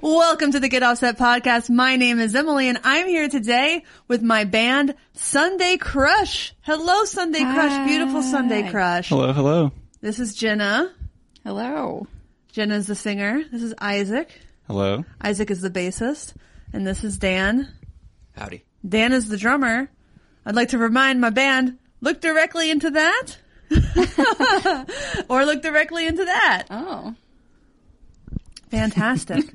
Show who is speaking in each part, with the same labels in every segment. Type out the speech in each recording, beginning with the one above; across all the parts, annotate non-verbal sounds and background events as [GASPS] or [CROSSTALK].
Speaker 1: Welcome to the Get Offset podcast. My name is Emily and I'm here today with my band Sunday Crush. Hello, Sunday Crush. Beautiful Sunday Crush.
Speaker 2: Hello, hello.
Speaker 1: This is Jenna.
Speaker 3: Hello.
Speaker 1: Jenna's the singer. This is Isaac.
Speaker 2: Hello.
Speaker 1: Isaac is the bassist. And this is Dan.
Speaker 4: Howdy.
Speaker 1: Dan is the drummer. I'd like to remind my band, look directly into that. [LAUGHS] or look directly into that.
Speaker 3: Oh.
Speaker 1: Fantastic.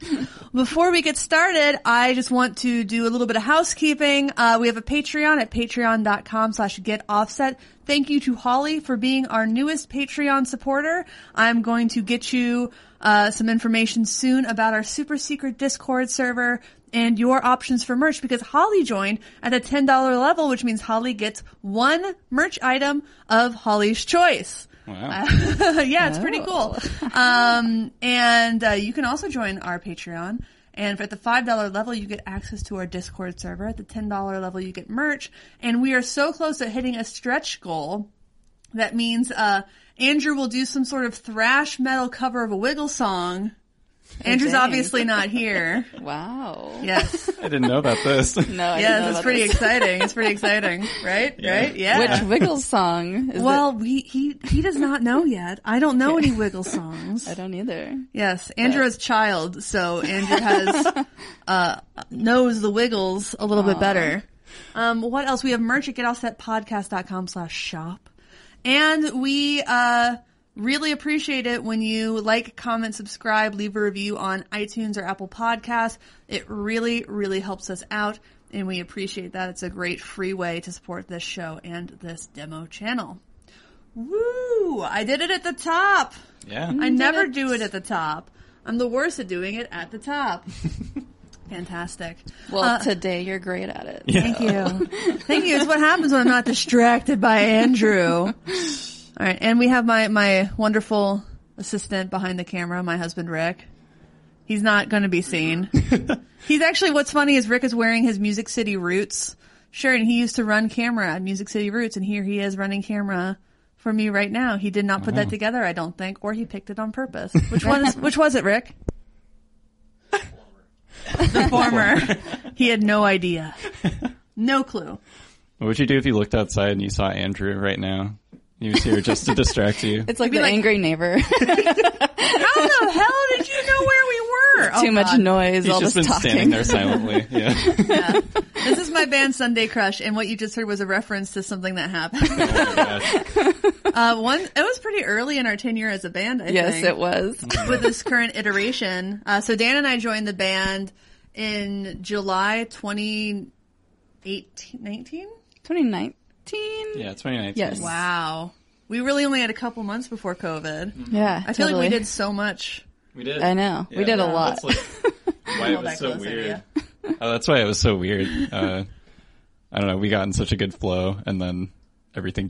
Speaker 1: Before we get started, I just want to do a little bit of housekeeping. Uh, we have a Patreon at patreon.com slash get offset. Thank you to Holly for being our newest Patreon supporter. I'm going to get you uh, some information soon about our super secret Discord server and your options for merch because Holly joined at a $10 level, which means Holly gets one merch item of Holly's choice.
Speaker 3: Uh,
Speaker 2: Wow.
Speaker 1: [LAUGHS] yeah, it's pretty cool.
Speaker 3: Oh. [LAUGHS]
Speaker 1: Um, and uh, you can also join our Patreon. And at the $5 level, you get access to our Discord server. At the $10 level, you get merch. And we are so close to hitting a stretch goal. That means uh, Andrew will do some sort of thrash metal cover of a Wiggle song. Andrew's
Speaker 3: dang.
Speaker 1: obviously not
Speaker 3: [LAUGHS]
Speaker 1: here.
Speaker 3: Wow.
Speaker 1: Yes.
Speaker 2: I didn't know about this.
Speaker 3: [LAUGHS] No, I didn't know
Speaker 1: Yes, it's
Speaker 3: about
Speaker 1: pretty
Speaker 3: this.
Speaker 1: exciting. It's pretty
Speaker 3: [LAUGHS]
Speaker 1: exciting. Right? Right? Yeah.
Speaker 3: Which Wiggles song is
Speaker 1: well, we, he he does not know yet. I don't know any Wiggle songs.
Speaker 3: it? I don't either.
Speaker 1: Yes, Andrew is child, so Andrew has uh, knows the Wiggles a little bit better. Um, what else? We have merch at getallsetpodcast.com slash shop. And we uh, really appreciate it when you like, comment, subscribe, leave a review on iTunes or Apple Podcasts. It really, really helps us out, and we appreciate that. It's a great free way to support this show and this demo channel. Woo! I did it at the top!
Speaker 2: Yeah.
Speaker 1: [LAUGHS] I never do it at the top. I'm the worst at doing it at the top. Fantastic.
Speaker 3: Well,
Speaker 1: Uh,
Speaker 3: today you're great at it.
Speaker 1: Thank you. Thank you. It's what happens when I'm not distracted by Andrew. All right. And we have my, my wonderful assistant behind the camera, my husband, Rick. He's not going to be seen. He's actually, what's funny is Rick is wearing his Music City Roots shirt and he used to run camera at Music City Roots and here he is running camera for me right now. He did not put that together, I don't think, or he picked it on purpose. Which one is, which was it, Rick? [LAUGHS] The former. He had no idea. No clue.
Speaker 2: What would you do if you looked outside and you saw Andrew right now? He was here
Speaker 3: [LAUGHS]
Speaker 2: just to distract you.
Speaker 3: It's like the
Speaker 1: like-
Speaker 3: angry neighbor.
Speaker 1: How the hell did you know where we were? [LAUGHS] Oh,
Speaker 3: [LAUGHS] Too much
Speaker 1: God.
Speaker 3: noise,
Speaker 2: He's
Speaker 3: all
Speaker 2: just
Speaker 3: this
Speaker 2: been
Speaker 3: talking.
Speaker 2: standing
Speaker 3: [LAUGHS]
Speaker 2: there silently. Yeah.
Speaker 1: This is my band Sunday Crush, and what you just heard was a reference to something that
Speaker 3: [LAUGHS]
Speaker 1: happened.
Speaker 2: Oh, gosh.
Speaker 1: Uh, one, it was pretty early in our tenure as a band. I
Speaker 3: Yes,
Speaker 1: think.
Speaker 3: it was.
Speaker 1: with this current iteration. Uh, so Dan and I joined the band in July 2018, 19?
Speaker 3: 2019?
Speaker 2: Yeah, 2019.
Speaker 3: Yes.
Speaker 1: Wow. We really only had a couple months before COVID.
Speaker 3: Yeah,
Speaker 1: I feel
Speaker 3: totally.
Speaker 1: like we did so much.
Speaker 2: We did.
Speaker 3: I know. We did a lot.
Speaker 2: That's like
Speaker 3: [LAUGHS]
Speaker 2: why
Speaker 1: Hold
Speaker 2: it
Speaker 1: that
Speaker 2: was so
Speaker 1: closer,
Speaker 2: weird. Oh, that's why it was so weird. Uh, I don't know. We got in such a good flow and then everything [LAUGHS]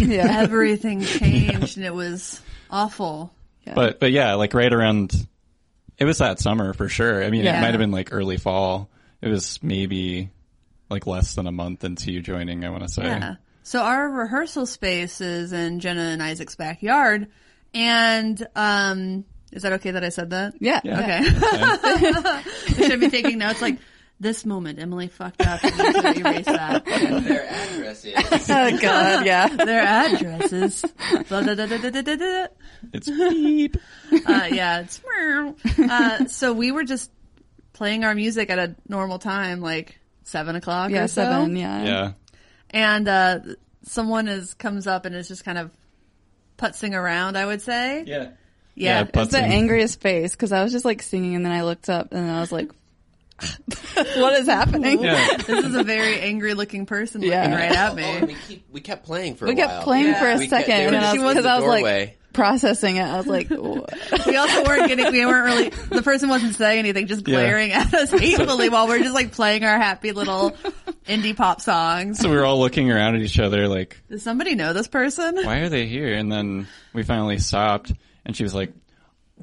Speaker 3: [LAUGHS] Yeah.
Speaker 1: Everything changed and it was awful.
Speaker 2: But but yeah, like right around it was that summer for sure. I mean,
Speaker 3: Yeah.
Speaker 2: it might have been like early fall. It was maybe like less than a month into you joining, I want to say.
Speaker 1: Yeah. So our rehearsal space is in Jenna and Isaac's backyard. And, um, is that okay that I said that?
Speaker 3: Yeah.
Speaker 1: Okay. [LAUGHS] I should be taking notes like this moment Emily fucked up and you should erase that.
Speaker 4: Their address is.
Speaker 1: [LAUGHS]
Speaker 3: Oh god, yeah.
Speaker 1: Their addresses. Blah, da, da, da, da, da, da, da.
Speaker 2: It's beep.
Speaker 1: Uh, yeah, it's meow. uh, so we were just playing our music at a normal time, like seven o'clock
Speaker 3: Yeah,
Speaker 1: or so.
Speaker 3: seven, yeah.
Speaker 2: Yeah.
Speaker 1: And uh, someone is comes up and is just kind of putzing around, I would say.
Speaker 2: Yeah.
Speaker 1: Yeah.
Speaker 3: It was the
Speaker 2: Button.
Speaker 3: angriest face because I was just like singing and then I looked up and I was like, [LAUGHS] what is happening?
Speaker 2: Yeah.
Speaker 1: This is a very angry looking person looking
Speaker 3: Yeah.
Speaker 1: right at
Speaker 4: Oh,
Speaker 1: me.
Speaker 4: and we, keep, we kept playing for a
Speaker 3: We
Speaker 4: while.
Speaker 3: kept playing for a
Speaker 4: We kept-
Speaker 3: second
Speaker 4: they
Speaker 3: and
Speaker 4: were
Speaker 3: I
Speaker 4: just
Speaker 3: was,
Speaker 4: in
Speaker 3: cause
Speaker 4: the
Speaker 3: I was
Speaker 4: doorway.
Speaker 3: like processing it. I was like, "What?"
Speaker 1: We also weren't getting, we weren't really, the person wasn't saying anything, just
Speaker 2: Yeah.
Speaker 1: glaring at
Speaker 2: [LAUGHS]
Speaker 1: us hatefully while we're just like playing our happy little indie pop songs.
Speaker 2: So we were all looking around at each other like,
Speaker 1: Does somebody know this person?
Speaker 2: why are they here? And then we finally stopped and she was like,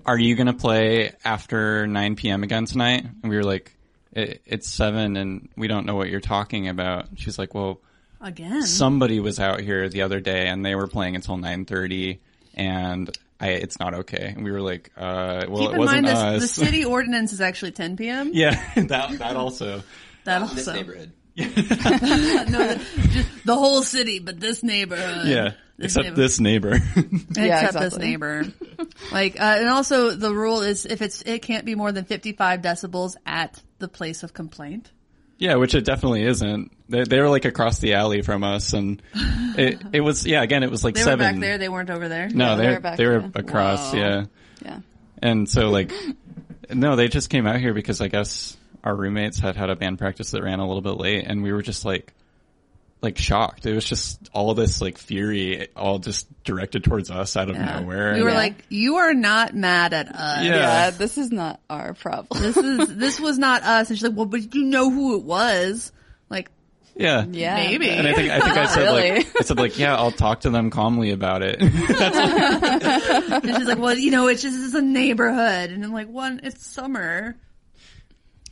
Speaker 2: are you going to play after 9 p.m. again tonight? And we were like, it, it's seven and we don't know what you're talking about. She's like, well,
Speaker 1: Again.
Speaker 2: somebody was out here the other day and they were playing until 9:30 and I, it's not okay. And we were like, uh, well,
Speaker 1: Keep
Speaker 2: it
Speaker 1: in
Speaker 2: wasn't
Speaker 1: mind
Speaker 2: us.
Speaker 1: this, the city ordinance is actually 10 p.m.
Speaker 2: [LAUGHS] yeah, [LAUGHS] that that also.
Speaker 1: that also
Speaker 4: This neighborhood.
Speaker 1: no, the, just the whole city, but this neighborhood.
Speaker 2: Yeah,
Speaker 1: This
Speaker 2: except
Speaker 1: neighborhood.
Speaker 2: this neighbor. [LAUGHS]
Speaker 3: Yeah,
Speaker 1: except this
Speaker 3: exactly. [LAUGHS]
Speaker 1: neighbor. like, uh, and also the rule is if it's it can't be more than 55 decibels at the place of complaint.
Speaker 2: yeah, which it definitely isn't. They, they were like across the alley from us, and it it was yeah. Again, it was like
Speaker 1: They
Speaker 2: seven.
Speaker 1: were back there. They weren't over there.
Speaker 2: no,
Speaker 3: Yeah, they
Speaker 2: they
Speaker 3: were back
Speaker 2: they were
Speaker 3: there.
Speaker 2: across.
Speaker 1: Wow.
Speaker 2: Yeah,
Speaker 3: Yeah.
Speaker 1: [LAUGHS]
Speaker 2: and so like, no, they just came out here because I guess our roommates had had a band practice that ran a little bit late, and we were just like. Like shocked. It was just all this like fury, all just directed towards us out of
Speaker 1: Yeah.
Speaker 2: nowhere.
Speaker 1: We were
Speaker 3: Yeah.
Speaker 1: like, you are not mad at us.
Speaker 2: Yeah.
Speaker 3: Yeah, this is not our problem.
Speaker 1: This is this was not us. And she's like, well, but you know who it was. Like, uh,
Speaker 2: yeah,
Speaker 3: [LAUGHS] Yeah.
Speaker 1: Maybe.
Speaker 2: And I think I think I said
Speaker 3: Really?
Speaker 2: like I said like yeah, I'll talk to them calmly
Speaker 1: [LAUGHS]
Speaker 2: about it.
Speaker 1: and she's like, well, you know, it's just it's a neighborhood. And I'm like, one, it's summer.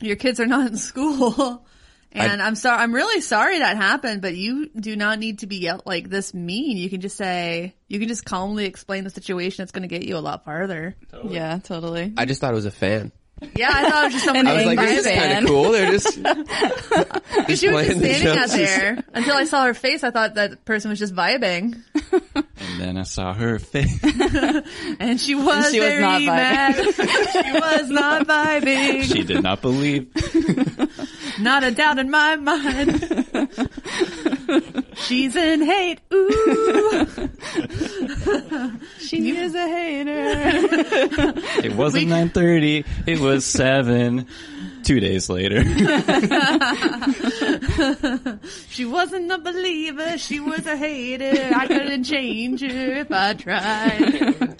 Speaker 1: Your kids are not in school. [LAUGHS] And I, am sorry. I'm really sorry that happened, but you do not need to be yelled like this mean. You can just say, you can just calmly explain the situation. It's going to get you a lot farther.
Speaker 3: Yeah, totally.
Speaker 4: I just thought it was a fan.
Speaker 1: Yeah, I thought it was just somebody.
Speaker 4: [LAUGHS] I was like,
Speaker 3: Angry
Speaker 4: this is
Speaker 3: fan.
Speaker 4: kind of cool. They're just
Speaker 3: [LAUGHS]
Speaker 1: Because she was just
Speaker 4: playing the
Speaker 1: standing out
Speaker 4: jokes.
Speaker 1: there until I saw her face. I thought that person was just vibing,
Speaker 2: and then I saw her face.
Speaker 1: and she was
Speaker 3: she was
Speaker 1: very
Speaker 3: not vibing.
Speaker 1: mad. [LAUGHS] she was
Speaker 4: [LAUGHS]
Speaker 1: not vibing.
Speaker 2: She did not believe.
Speaker 1: Not a doubt in my [LAUGHS] mind. She's in hate. Ooh,
Speaker 3: She is a hater.
Speaker 2: It wasn't nine thirty. It was seven. Two days later, [LAUGHS]
Speaker 1: she wasn't a believer. She was a hater. I couldn't change her if I [LAUGHS] tried.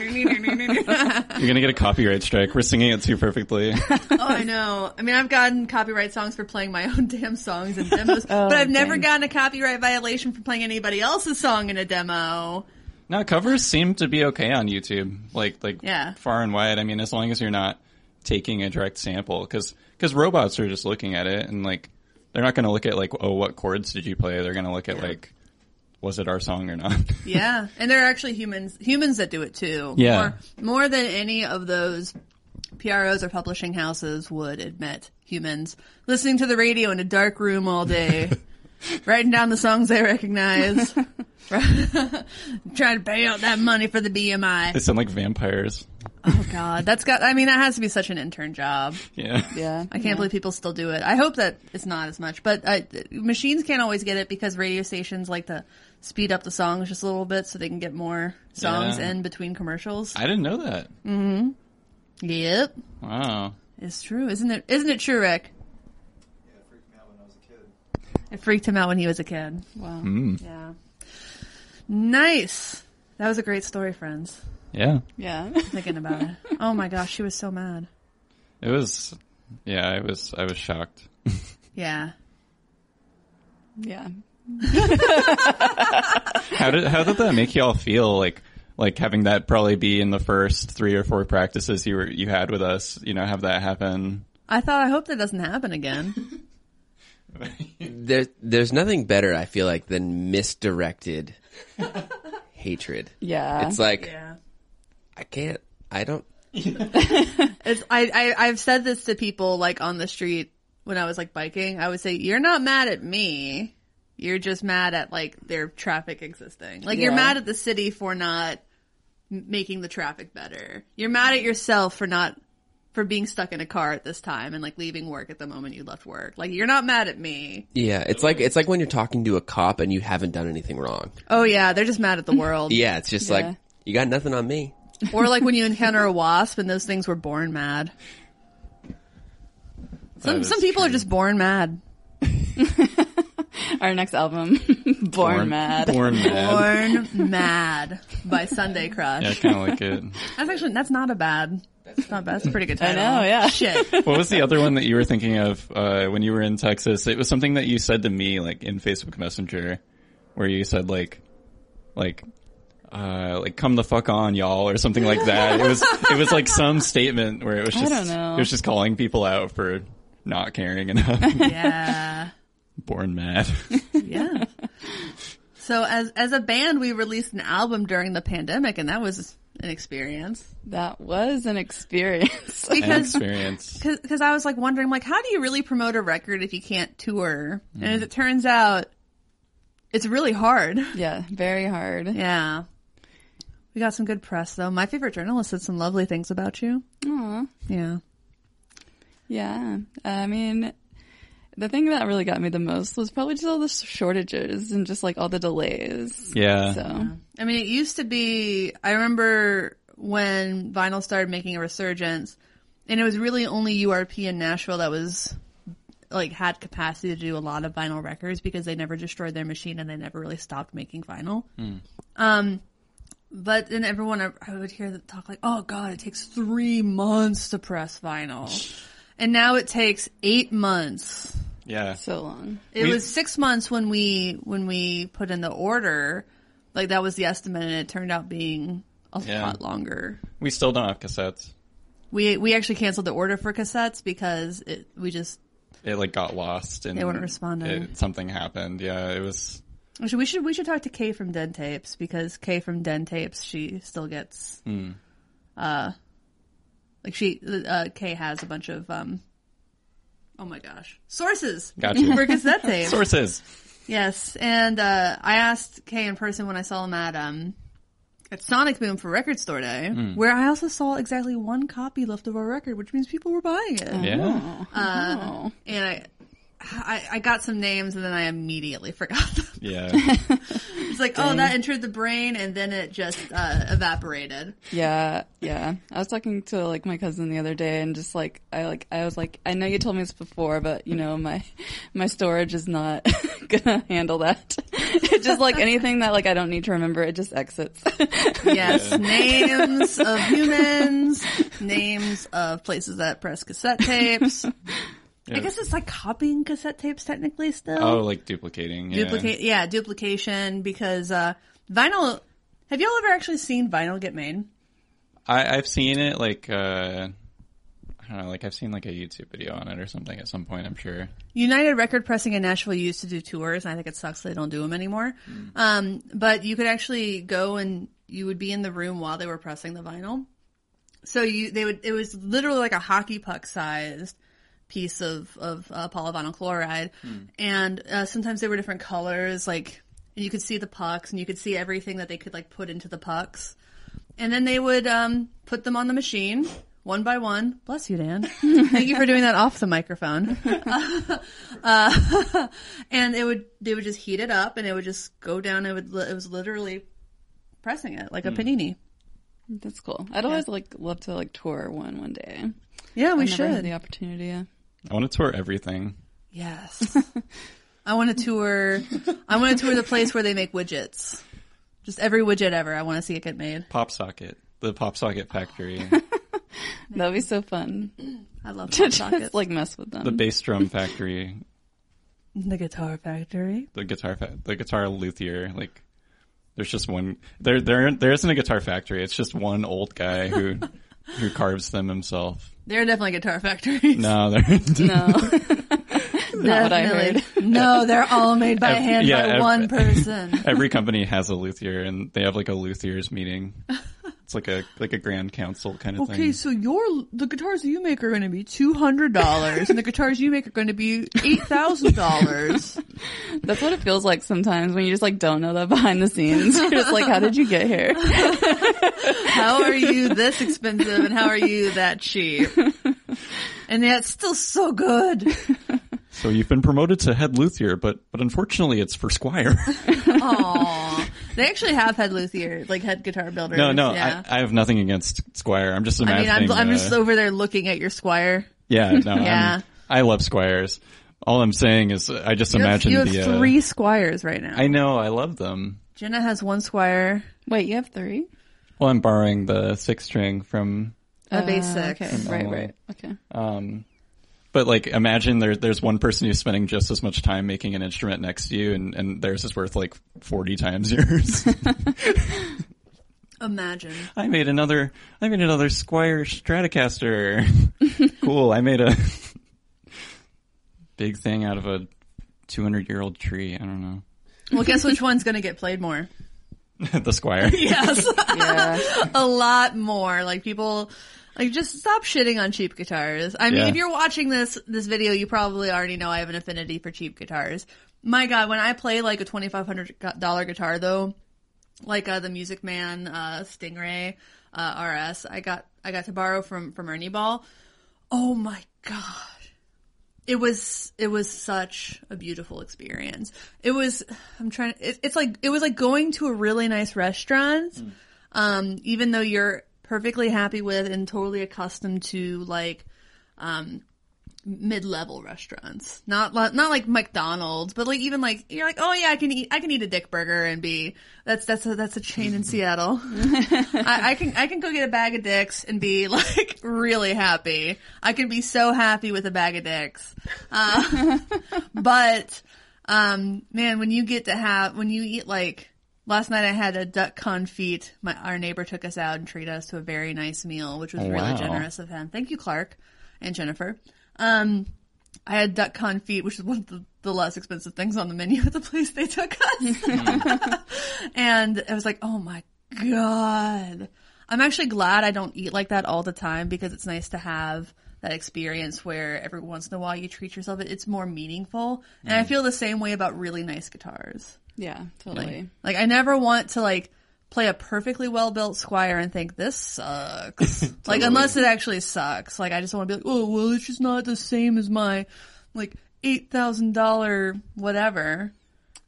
Speaker 1: oh,
Speaker 2: you're gonna get a copyright strike. We're singing it too perfectly.
Speaker 1: I know. I mean, I've gotten copyright songs for playing my own damn songs and demos, but I've never
Speaker 3: dang.
Speaker 1: gotten a copyright violation for playing anybody else's song in a demo.
Speaker 2: No, covers seem to be okay on YouTube. Like like
Speaker 1: Yeah.
Speaker 2: far and wide. I mean, as long as you're not taking a direct sample, because robots are just looking at it and like they're not gonna look at like oh what chords did you play. They're gonna look at like was it our song or not.
Speaker 1: [LAUGHS] Yeah, and there are actually humans humans that do it too.
Speaker 2: Yeah.
Speaker 1: more, more than any of those PROs or publishing houses would admit. Humans listening to the radio in a dark room all day, writing down the songs they recognize, [LAUGHS] trying to pay out that money for the
Speaker 2: [LAUGHS] They
Speaker 1: BMI.
Speaker 2: sound like vampires.
Speaker 1: Oh God, that's got. I mean, that has to be such an intern job.
Speaker 2: Yeah.
Speaker 3: Yeah.
Speaker 1: I can't believe people still do it. I hope that it's not as much, but uh, machines can't always get it because radio stations like to speed up the songs just a little bit so they can get more songs
Speaker 2: Yeah.
Speaker 1: in between commercials.
Speaker 2: I didn't know that.
Speaker 1: yep,
Speaker 2: Wow.
Speaker 1: it's true, isn't it? Isn't it true, Rick?
Speaker 5: It freaked me out when I was a kid.
Speaker 1: It freaked him out when he was a kid.
Speaker 3: Wow.
Speaker 1: Yeah. Nice. That was a great story, friends.
Speaker 2: Yeah.
Speaker 3: Yeah. [LAUGHS]
Speaker 1: Thinking about it. Oh my gosh, she was so mad.
Speaker 2: It was yeah, I was I was shocked.
Speaker 1: Yeah.
Speaker 3: Yeah.
Speaker 2: How did how did that make y'all feel like like having that probably be in the first 3 or 4 practices you were you had with us, you know, have that happen?
Speaker 1: I thought, I hope that doesn't happen again.
Speaker 4: There's there's nothing better I feel like than misdirected hatred.
Speaker 3: Yeah.
Speaker 4: It's like
Speaker 1: Yeah.
Speaker 4: I can't. I don't.
Speaker 1: It's, I, I, I've said this to people like on the street when I was like biking. I would say, you're not mad at me. You're just mad at like their traffic existing. Like you're
Speaker 3: Yeah.
Speaker 1: mad at the city for not m- making the traffic better. You're mad at yourself for not, for being stuck in a car at this time and like leaving work at the moment you left work. Like you're not mad at me.
Speaker 4: Yeah, it's like it's like when you're talking to a cop and you haven't done anything wrong.
Speaker 1: Oh yeah, they're just mad at the world.
Speaker 4: Yeah, it's just
Speaker 3: Yeah.
Speaker 4: like you got nothing on me.
Speaker 1: Or like when you encounter a wasp and those things were born mad. Some,
Speaker 2: is
Speaker 1: some people are
Speaker 2: true.
Speaker 1: just born mad.
Speaker 3: Our next album, [LAUGHS] Born, Mad. [LAUGHS]
Speaker 2: Born mad.
Speaker 1: Born Mad by Sunday Crush.
Speaker 2: Yeah, kind of
Speaker 3: [LAUGHS]
Speaker 2: like it.
Speaker 1: That's actually that's not a bad. That's not bad. That's a pretty good title.
Speaker 3: know, yeah.
Speaker 1: Shit.
Speaker 2: What was the other one that you were thinking of uh, when you were in Texas? It was something that you said to me, like in Facebook Messenger, where you said like, like, uh, like come the fuck on, y'all, or something like that. It
Speaker 3: [LAUGHS]
Speaker 2: was it was like some statement where it was
Speaker 3: I
Speaker 2: just
Speaker 3: don't know.
Speaker 2: it was just calling people out for not caring enough,
Speaker 3: [LAUGHS]
Speaker 1: Yeah.
Speaker 2: born mad.
Speaker 1: Yeah. So as as a band, we released an album during the pandemic, and that was an experience.
Speaker 3: That was an experience. [LAUGHS]
Speaker 2: An
Speaker 1: Because
Speaker 2: experience.
Speaker 1: because I was like wondering, like, how do you really promote a record if you can't tour? And
Speaker 2: Mm.
Speaker 1: as it turns out, it's really hard.
Speaker 3: yeah, very hard.
Speaker 1: Yeah. We got some good press though. My favorite journalist said some lovely things about you.
Speaker 3: Aw.
Speaker 1: Yeah.
Speaker 3: Yeah. I mean, the thing that really got me the most was probably just all the shortages and just like all the delays.
Speaker 2: Yeah.
Speaker 3: So,
Speaker 1: I mean, it used to be, I remember when vinyl started making a resurgence and it was really only URP in Nashville that was like had capacity to do a lot of vinyl records because they never destroyed their machine and they never really stopped making vinyl. Um, but then everyone I, I would hear them talk like, "Oh God, it takes three months to press vinyl," and now it takes eight months.
Speaker 2: Yeah.
Speaker 3: so long.
Speaker 1: It
Speaker 2: We-
Speaker 1: was six months when we when we put in the order, like that was the estimate, and it turned out being a
Speaker 2: Yeah.
Speaker 1: lot longer.
Speaker 2: We still don't have cassettes.
Speaker 1: We we actually canceled the order for cassettes because it we just
Speaker 2: It like got lost and
Speaker 1: They weren't responding.
Speaker 2: it- something happened. Yeah. It was.
Speaker 1: actually, we should we should talk to Kay from Den Tapes because Kay from Den Tapes she still gets uh
Speaker 2: Hmm.
Speaker 1: like she uh Kay has a bunch of um oh my gosh sources
Speaker 2: Gotcha.
Speaker 1: for cassette
Speaker 2: [LAUGHS]
Speaker 1: tapes
Speaker 2: Sources.
Speaker 1: Yes, and uh, I asked Kay in person when I saw him at um at Sonic Boom for Record Store Day, where I also saw exactly one copy left of our record, which means people were buying it.
Speaker 2: Hmm. Yeah.
Speaker 3: oh.
Speaker 1: And I, I, I got some names, and then I immediately [LAUGHS] forgot them.
Speaker 2: Yeah.
Speaker 1: It's like, oh, that entered the brain, and then it just uh, evaporated.
Speaker 3: Yeah, yeah. I was talking to like my cousin the other day and just like I like I was like I know you told me this before, but you know, my my storage is not [LAUGHS] gonna handle that. It's just like anything that like I don't need to remember, it just exits. [LAUGHS]
Speaker 1: Yes, names of humans, names of places that press cassette tapes. I guess it's like copying cassette tapes technically still.
Speaker 2: Oh, like duplicating. Yeah.
Speaker 1: Duplicate, yeah, duplication because uh, vinyl. Have y'all ever actually seen vinyl get made?
Speaker 2: I, I've seen it like uh, I don't know, like I've seen like a YouTube video on it or something at some point. I'm sure.
Speaker 1: United Record Pressing in Nashville used to do tours, and I think it sucks they don't do them anymore. Um, but you could actually go and you would be in the room while they were pressing the vinyl. So you, they would. It was literally like a hockey puck sized piece of of uh, polyvinyl chloride, and uh, sometimes they were different colors. Like and you could see the pucks, and you could see everything that they could like put into the pucks. And then they would um, put them on the machine one by one. Bless you, Dan. Thank you for doing that off the microphone. Uh, and it would they would just heat it up, and it would just go down. It would li- it was literally pressing it
Speaker 2: Hmm.
Speaker 1: like a panini.
Speaker 3: That's cool. I'd always like love to like tour one one day.
Speaker 1: Yeah, we
Speaker 3: I never had
Speaker 1: should.
Speaker 3: the opportunity. Yeah.
Speaker 2: I want to tour everything.
Speaker 1: [LAUGHS] Yes. I want to tour. I want to tour the place where they make widgets. Just every widget ever. I want to see it get made.
Speaker 2: Pop socket, the pop socket factory,
Speaker 1: [LAUGHS]
Speaker 3: That'd be so fun
Speaker 1: I [LAUGHS] love
Speaker 3: to [LAUGHS]
Speaker 1: Hot
Speaker 3: just
Speaker 1: Sockets.
Speaker 3: like mess with
Speaker 2: the
Speaker 3: them.
Speaker 2: bass drum factory,
Speaker 1: the Guitar Factory.
Speaker 2: the guitar, fa- the guitar luthier. Like, there's just one. There, there, there isn't a guitar factory. It's just one old guy who
Speaker 1: [LAUGHS]
Speaker 2: who carves them himself.
Speaker 1: They're definitely Guitar Factories. [LAUGHS]
Speaker 2: No, they're
Speaker 3: no, not what I
Speaker 1: Definitely. [LAUGHS]
Speaker 3: heard.
Speaker 1: no, they're all made by
Speaker 2: Ev-
Speaker 1: hand
Speaker 2: yeah,
Speaker 1: by
Speaker 2: ev-
Speaker 1: one
Speaker 2: [LAUGHS]
Speaker 1: person.
Speaker 2: every company has a luthier, and they have like a
Speaker 1: [LAUGHS]
Speaker 2: luthiers meeting. It's like a like a grand council kind of
Speaker 1: Okay,
Speaker 2: thing.
Speaker 1: so your the guitars you make are going to be two hundred dollars, and the guitars you make are going to be eight thousand [LAUGHS] dollars.
Speaker 3: That's what it feels like sometimes when you just like don't know that behind the scenes. You're just like, how did you get here?
Speaker 1: How are you this expensive, and how are you that cheap? And yet, still so good.
Speaker 2: So you've been promoted to head luthier, but but unfortunately, it's for
Speaker 1: [LAUGHS]
Speaker 2: squire.
Speaker 1: Aww. They actually have head luthier, like head guitar builder.
Speaker 2: no, no,
Speaker 1: yeah.
Speaker 2: I, I have nothing against squire. I'm just
Speaker 1: I,
Speaker 2: imagining.
Speaker 1: mean, I'm, I'm
Speaker 2: uh,
Speaker 1: just over there looking at your squire.
Speaker 2: yeah,
Speaker 1: [LAUGHS]
Speaker 2: no, I'm-
Speaker 1: Yeah.
Speaker 2: I love squires. All I'm saying is, uh, I just
Speaker 1: You have,
Speaker 2: imagine
Speaker 1: you have
Speaker 2: the.
Speaker 1: three
Speaker 2: Uh,
Speaker 1: squires right now.
Speaker 2: I know, I love them.
Speaker 1: Jenna has one squire,
Speaker 3: Wait, you have three?
Speaker 2: Well, I'm borrowing the six string from,
Speaker 1: a
Speaker 3: Uh,
Speaker 1: basic.
Speaker 3: Okay, right, right. Okay.
Speaker 2: um, but like, imagine there, there's one person who's spending just as much time making an instrument next to you, and, and theirs is worth like 40 times [LAUGHS] yours.
Speaker 1: Imagine.
Speaker 2: I made another. I made another Squire Stratocaster. cool. I made a big thing out of a 200 year old tree. I don't know. [LAUGHS]
Speaker 1: Well, guess which one's going to get played more?
Speaker 2: the squire.
Speaker 1: Yes.
Speaker 3: Yeah.
Speaker 1: [LAUGHS] a lot more. Like people, like just stop shitting on cheap guitars. I mean,
Speaker 2: Yeah.
Speaker 1: if you're watching this this video, you probably already know I have an affinity for cheap guitars. My God, when I play like a twenty five hundred dollar guitar though, like uh, the Music Man uh, Stingray uh, RS, I got I got to borrow from from Ernie Ball. Oh my God. It was it was such a beautiful experience. It was I'm trying it, it's like it was like going to a really nice restaurant um, even though you're perfectly happy with and totally accustomed to like um, mid-level restaurants, not li- not like McDonald's, but like even like you're like, oh yeah, I can eat I can eat a dick burger and be that's that's a, that's a chain in Seattle. I, I can I can go get a bag of dicks and be [LAUGHS] like really happy. I can be so happy with a bag of dicks, uh, [LAUGHS] but um, man, when you get to have when you eat like last night, I had a duck confit. My our neighbor took us out and treated us to a very nice meal, which was really
Speaker 2: Wow.
Speaker 1: generous of him. Thank you, Clark and Jennifer. Um, I had duck confit, which is one of the, the less expensive things on the menu at the place they took us. [LAUGHS] and I was like, oh my God. I'm actually glad I don't eat like that all the time because it's nice to have that experience where every once in a while you treat yourself. It's more meaningful. And
Speaker 2: Mm.
Speaker 1: I feel the same way about really nice guitars.
Speaker 3: Yeah, totally.
Speaker 1: Like I never want to like play a perfectly well built squire and think this
Speaker 2: [LAUGHS]
Speaker 1: sucks. Like unless it actually sucks. Like I just want to be like, oh well, it's just not the same as my like eight thousand dollar whatever.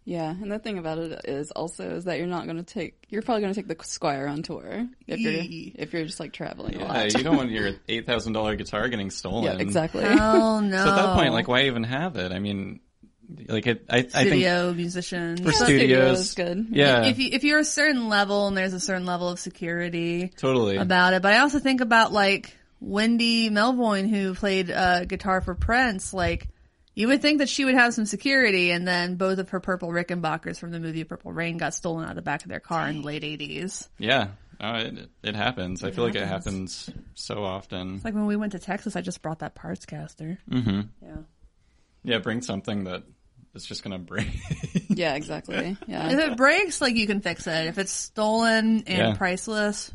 Speaker 3: Yeah, and the thing about it is also is that you're not going to take you're probably going to take the Squire on tour if you're
Speaker 1: Yee.
Speaker 3: if you're just like traveling a
Speaker 2: Yeah,
Speaker 3: lot.
Speaker 2: you don't want your eight thousand dollar guitar getting
Speaker 3: [LAUGHS]
Speaker 2: stolen.
Speaker 3: Yeah, exactly.
Speaker 1: Oh no!
Speaker 2: [LAUGHS] So at that point, like, why even have it? I mean, like, it. I, I think
Speaker 1: studio musician.
Speaker 2: for
Speaker 3: studio
Speaker 2: studios,
Speaker 3: is good.
Speaker 2: Yeah,
Speaker 1: if you, if you're a certain level and there's a certain level of security
Speaker 2: totally.
Speaker 1: about it, but I also think about like Wendy Melvoin who played uh, guitar for Prince. Like you would think that she would have some security, and then both of her purple Rickenbackers from the movie Purple Rain got stolen out of the back of their car in the late '80s.
Speaker 2: yeah, no, it, it happens. I feel like it happens so often.
Speaker 1: Like when we went to Texas, I just brought that parts caster.
Speaker 2: yeah, bring something that is just gonna break.
Speaker 3: [LAUGHS]
Speaker 2: [LAUGHS]
Speaker 3: Yeah, exactly.
Speaker 1: If [LAUGHS]
Speaker 3: Yeah.
Speaker 1: it breaks, like you can fix it. If it's stolen and
Speaker 2: Yeah.
Speaker 1: priceless,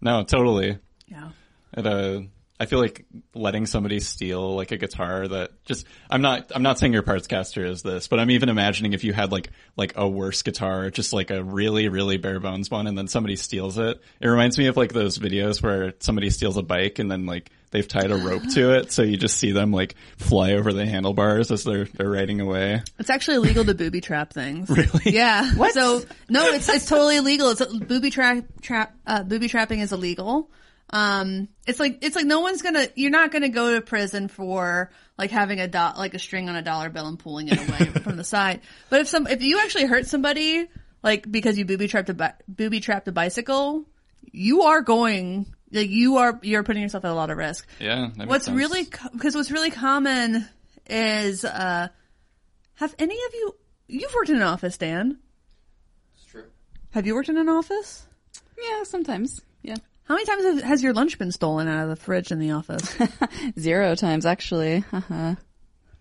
Speaker 2: no, totally.
Speaker 1: yeah.
Speaker 2: It, uh, I feel like letting somebody steal like a guitar that just I'm not I'm not saying your parts caster is this, but I'm even imagining if you had like like a worse guitar, just like a really really bare bones one, and then somebody steals it. It reminds me of like those videos where somebody steals a bike and then like they've tied a rope to it, so you just see them like fly over the handlebars as they're they're riding away.
Speaker 1: It's actually illegal to booby trap things. Really? Yeah. What? So no, it's it's totally illegal. It's booby trap trap uh, booby trapping is illegal. Um, it's like it's like no one's gonna you're not gonna go to prison for like having a dot like a string on a dollar bill and pulling it away from the side. But if some if you actually hurt somebody like because you booby trapped a bi- booby trapped a bicycle, you are going like you are you're putting yourself at a lot of risk.
Speaker 2: Yeah, that makes
Speaker 1: What's
Speaker 2: sense.
Speaker 1: really because what's really common is uh, have any of you you've worked in an office, Dan?
Speaker 5: It's
Speaker 4: [LAUGHS]
Speaker 5: true.
Speaker 1: Have you worked in an office?
Speaker 3: Yeah, sometimes. Yeah.
Speaker 1: How many times has, has your lunch been stolen out of the fridge in the
Speaker 2: [LAUGHS]
Speaker 1: office?
Speaker 3: Zero times actually. [LAUGHS] Haha.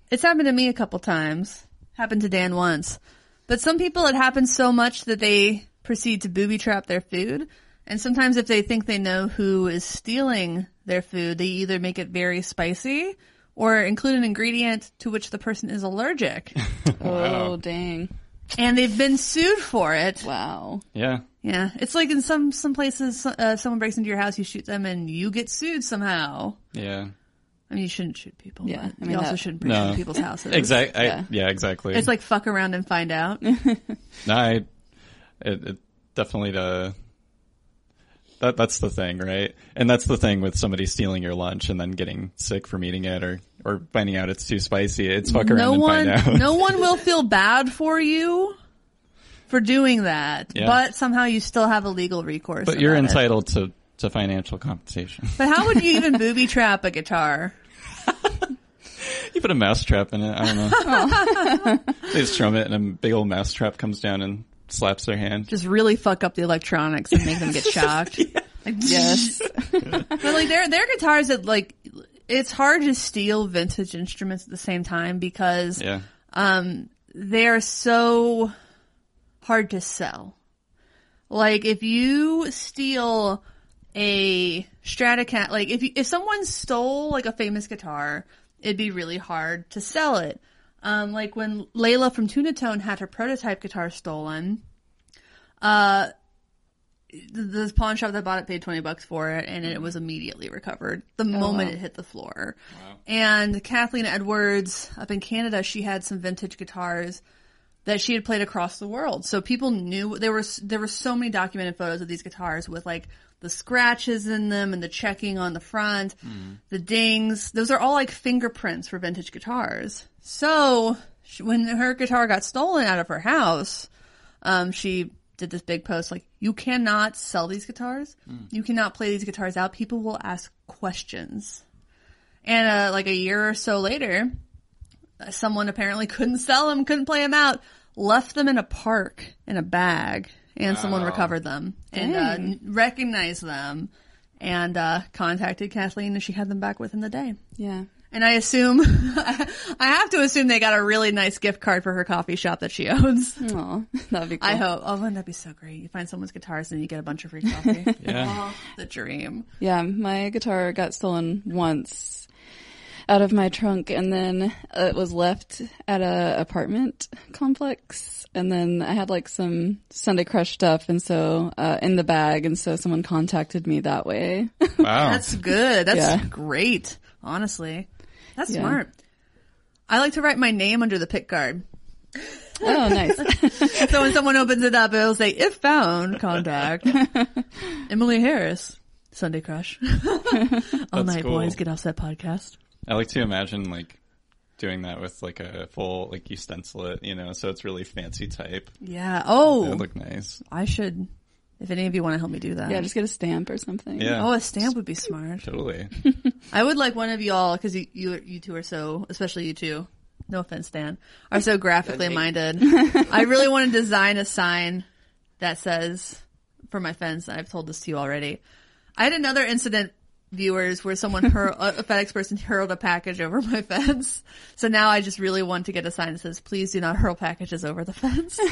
Speaker 1: it's happened to me a couple times. Happened to Dan once, but some people it happens so much that they proceed to booby trap their food. And sometimes if they think they know who is stealing their food, they either make it very spicy or include an ingredient to which the person is allergic.
Speaker 3: Oh dang.
Speaker 1: and they've been sued for it. [LAUGHS]
Speaker 3: Wow.
Speaker 2: yeah.
Speaker 1: Yeah, it's like in some some places, uh, someone breaks into your house, you shoot them, and you get sued somehow.
Speaker 2: Yeah,
Speaker 1: I mean, you shouldn't shoot people.
Speaker 3: Yeah,
Speaker 1: but
Speaker 3: I mean,
Speaker 1: you also
Speaker 3: that-
Speaker 1: shouldn't break
Speaker 2: No.
Speaker 1: into people's houses.
Speaker 2: exactly.
Speaker 3: Yeah.
Speaker 2: Yeah. exactly.
Speaker 1: It's like fuck around and find out.
Speaker 2: No, I, it, it definitely the, that, that's the thing, right? And that's the thing with somebody stealing your lunch and then getting sick from eating it or, or finding out it's too spicy. It's fuck around
Speaker 1: no
Speaker 2: and
Speaker 1: one,
Speaker 2: find out.
Speaker 1: no one will feel bad for you for doing that,
Speaker 2: Yeah.
Speaker 1: but somehow you still have a legal recourse.
Speaker 2: [LAUGHS] but you're
Speaker 1: about it.
Speaker 2: entitled to, to financial compensation. [LAUGHS]
Speaker 1: But how would you even booby trap a guitar?
Speaker 2: you put a mousetrap in it. I don't know. [LAUGHS] they just strum it and a big old mousetrap comes down and slaps their hand.
Speaker 1: Just really fuck up the electronics and make them
Speaker 3: [LAUGHS]
Speaker 1: get shocked. Like,
Speaker 3: Yes.
Speaker 1: But like their their guitars that like it's hard to steal vintage instruments at the same time because [LAUGHS]
Speaker 2: Yeah.
Speaker 1: they're so hard to sell. Like if you steal a Stratocaster, like if you, if someone stole like a famous guitar, it'd be really hard to sell it. Um, like when Layla from Tunatone had her prototype guitar stolen, uh, the, the pawn shop that bought it paid 20 bucks for it and it was immediately recovered the moment it hit the floor. And Kathleen Edwards up in Canada, she had some vintage guitars that she had played across the world. So people knew there were there were so many documented photos of these guitars with like the scratches in them and the checking on the front, the dings. Those are all like fingerprints for vintage guitars. So she, when her guitar got stolen out of her house, um, she did this big post like you cannot sell these guitars you cannot play these guitars out people will ask questions and uh, like a year or so later uh, someone apparently couldn't sell them couldn't play them out left them in a park in a bag and someone recovered them and uh, n- recognized them and uh, contacted kathleen and she had them back within the day
Speaker 3: Yeah.
Speaker 1: and i assume [LAUGHS] i have to assume they got a really nice gift card for her coffee shop that she owns
Speaker 3: Aw, [LAUGHS] that'd be cool.
Speaker 1: I hope. Oh, wouldn't that be so great? You find someone's guitars and you get a bunch of free
Speaker 3: [LAUGHS]
Speaker 1: coffee.
Speaker 2: Yeah.
Speaker 1: Oh, [LAUGHS] the dream.
Speaker 3: Yeah, my guitar got stolen once out of my trunk and then uh, it was left at a apartment complex and then I had like some Sunday crush stuff and so uh, in the bag and so someone contacted me that way. [LAUGHS]
Speaker 2: Wow.
Speaker 1: That's good. That's
Speaker 3: Yeah.
Speaker 1: great. Honestly, that's
Speaker 3: Yeah.
Speaker 1: smart. I like to write my name under the pick guard.
Speaker 3: oh, nice.
Speaker 1: So when someone opens it up, it'll say, if found,
Speaker 3: [LAUGHS]
Speaker 1: contact Emily Harris, Sunday Crush. [LAUGHS] All
Speaker 2: That's
Speaker 1: night
Speaker 2: cool.
Speaker 1: boys get offset podcast.
Speaker 2: I like to imagine like doing that with like a full like you stencil it, you know, so it's really fancy type.
Speaker 1: Yeah.
Speaker 2: It
Speaker 1: Oh,
Speaker 2: would look nice.
Speaker 1: I should, if any of you want to help me do that.
Speaker 3: yeah, just get a stamp or something.
Speaker 2: Yeah.
Speaker 1: Oh, a stamp would be smart.
Speaker 2: Totally.
Speaker 3: [LAUGHS]
Speaker 1: I would like one of y'all because you, you you two are so, especially you two. No offense, Dan, are so graphically minded. I really want to design a sign that says for my fence. and I've told this to you already. I had another incident, viewers, where someone hurl, a FedEx person hurled a package over my [LAUGHS] fence. So now I just really want to get a sign that says, "Please do not hurl packages over the fence." [LAUGHS]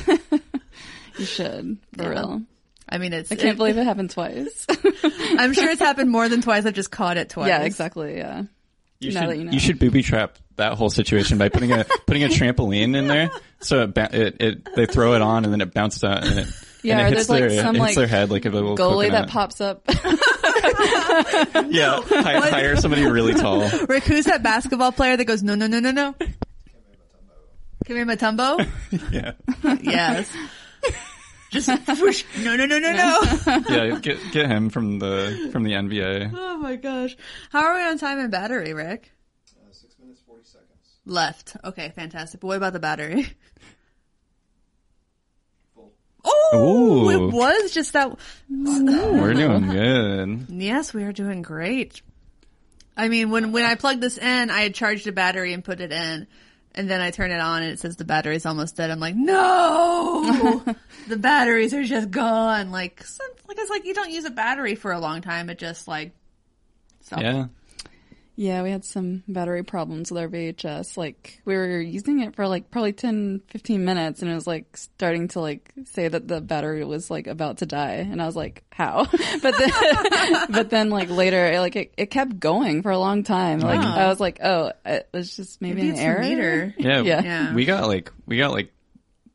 Speaker 3: You should, for
Speaker 1: Yeah.
Speaker 3: real.
Speaker 1: I mean, it's.
Speaker 3: I can't believe it happened twice.
Speaker 1: I'm sure it's happened more than twice. I've just caught it twice.
Speaker 3: yeah, exactly. Yeah.
Speaker 2: You
Speaker 3: Now
Speaker 2: should,
Speaker 3: that you know.
Speaker 2: should booby trap that whole situation
Speaker 3: [LAUGHS]
Speaker 2: by putting a putting a trampoline in there, so it, ba- it, it they throw it on and then it bounces out and it,
Speaker 3: Yeah,
Speaker 2: and
Speaker 3: or
Speaker 2: it
Speaker 3: there's,
Speaker 2: hits their
Speaker 3: like, some,
Speaker 2: it hits
Speaker 3: like,
Speaker 2: their head like a little
Speaker 3: Goalie that
Speaker 2: coconut.
Speaker 3: pops up. [LAUGHS]
Speaker 2: Yeah, hi- hire somebody really tall.
Speaker 1: Rick, who's that basketball player that goes no no no no no? Kimmy Matumbo.
Speaker 2: Yeah,
Speaker 1: Yes. Just whoosh. No no no no no.
Speaker 2: yeah, get get him from the from the NBA.
Speaker 1: [LAUGHS] oh my gosh. How are we on time and battery, Rick?
Speaker 5: Uh, six minutes, 40 seconds.
Speaker 1: Left. Okay, fantastic. But what about the battery?
Speaker 5: Full.
Speaker 1: Oh,
Speaker 2: Ooh.
Speaker 1: it was just that.
Speaker 3: Oh,
Speaker 2: We're doing good.
Speaker 1: Yes, we are doing great. I mean, when when I plugged this in, I had charged a battery and put it in, and then I turn it on and it says the battery's almost dead. I'm like,
Speaker 3: [LAUGHS]
Speaker 1: no, the batteries are just gone. Like, some, like it's like you don't use a battery for a long time. It just like, so
Speaker 2: Yeah,
Speaker 3: Yeah, we had some battery problems with our VHS. Like, we were using it for like probably 10, 15 minutes and it was like starting to like say that the battery was like about to die. And I was like, how? [LAUGHS] But then, [LAUGHS] but then like later, it, like it, it kept going for a long time. Like,
Speaker 1: Wow.
Speaker 3: I was like, oh, it was just maybe,
Speaker 1: Maybe
Speaker 3: an
Speaker 1: it's
Speaker 3: error.
Speaker 1: a meter.
Speaker 3: [LAUGHS]
Speaker 2: yeah,
Speaker 3: Yeah.
Speaker 1: Yeah.
Speaker 2: We got like we got like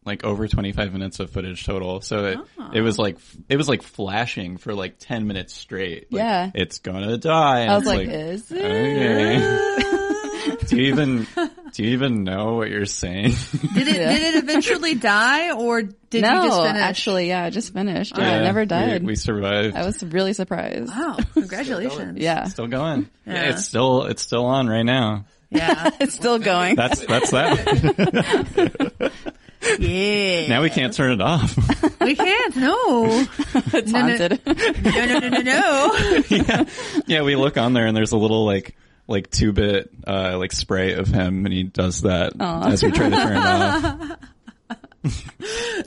Speaker 2: like over 25 minutes of footage total. So it, it was like it was like flashing for like 10 minutes straight. Like,
Speaker 3: Yeah.
Speaker 2: it's gonna die. And
Speaker 3: I was
Speaker 2: it's
Speaker 3: like, "Eh." is it?
Speaker 2: okay. [LAUGHS] do you even do you even know what you're saying?
Speaker 1: Did it
Speaker 3: Yeah.
Speaker 1: did it eventually die or did you just
Speaker 3: no,
Speaker 1: finish?
Speaker 3: actually, yeah, I just finished. Yeah,
Speaker 2: Yeah,
Speaker 3: [LAUGHS] I never
Speaker 2: we-
Speaker 3: died.
Speaker 2: We, survived.
Speaker 3: I was really surprised. [LAUGHS]
Speaker 1: wow, Oh, congratulations.
Speaker 3: Yeah. [LAUGHS]
Speaker 2: still going. Yeah.
Speaker 1: Yeah.
Speaker 2: it's still it's still on right now.
Speaker 1: yeah,
Speaker 3: It's still going.
Speaker 2: That's
Speaker 3: [LAUGHS]
Speaker 2: that's that.
Speaker 1: yeah.
Speaker 2: now we can't turn it off.
Speaker 1: we can't. No,
Speaker 3: [LAUGHS] It's
Speaker 1: No, no.
Speaker 3: haunted.
Speaker 1: no, no, no, no, no.
Speaker 3: [LAUGHS]
Speaker 2: [LAUGHS] yeah, we look on there and there's a little like like two bit uh like spray of him and he does that
Speaker 3: Aw.
Speaker 2: as we try to turn
Speaker 1: [LAUGHS]
Speaker 2: it off.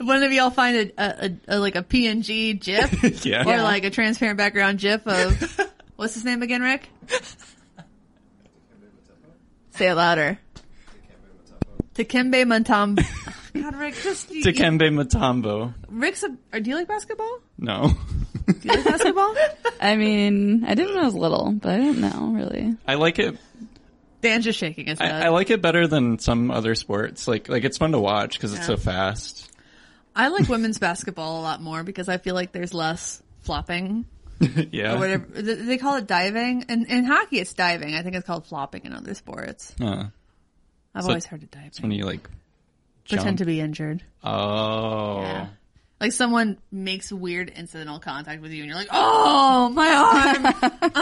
Speaker 2: [LAUGHS]
Speaker 1: One of y'all find a, a, a, a like a PNG GIF.
Speaker 2: [LAUGHS] Yeah.
Speaker 1: Or like a transparent background GIF
Speaker 2: [LAUGHS]
Speaker 1: of what's his name again, Rick? Say it louder. Takembe Mutombo. [LAUGHS] God, Rick, just you,
Speaker 2: Dikembe Mutombo.
Speaker 1: Rick's a, are, do you like basketball?
Speaker 2: No.
Speaker 1: Do you like
Speaker 2: [LAUGHS]
Speaker 1: basketball?
Speaker 3: I mean, I did when I was little, but I don't know really.
Speaker 2: I like it.
Speaker 1: Dan's just shaking his head.
Speaker 2: I, I like it better than some other sports. Like, like it's fun to watch because it's so fast. [LAUGHS]
Speaker 1: I like women's basketball a lot more because I feel like there's less flopping
Speaker 2: yeah.
Speaker 1: or whatever. Th- They call it diving. And in hockey, it's diving. I think it's called flopping in other sports.
Speaker 2: Uh,
Speaker 1: I've
Speaker 2: So-
Speaker 1: always heard it diving.
Speaker 2: when you like
Speaker 1: Pretend
Speaker 2: jump.
Speaker 1: to be injured.
Speaker 2: Oh.
Speaker 1: Yeah. Like someone makes weird incidental contact with you and you're like, oh,
Speaker 2: [LAUGHS]
Speaker 1: my arm.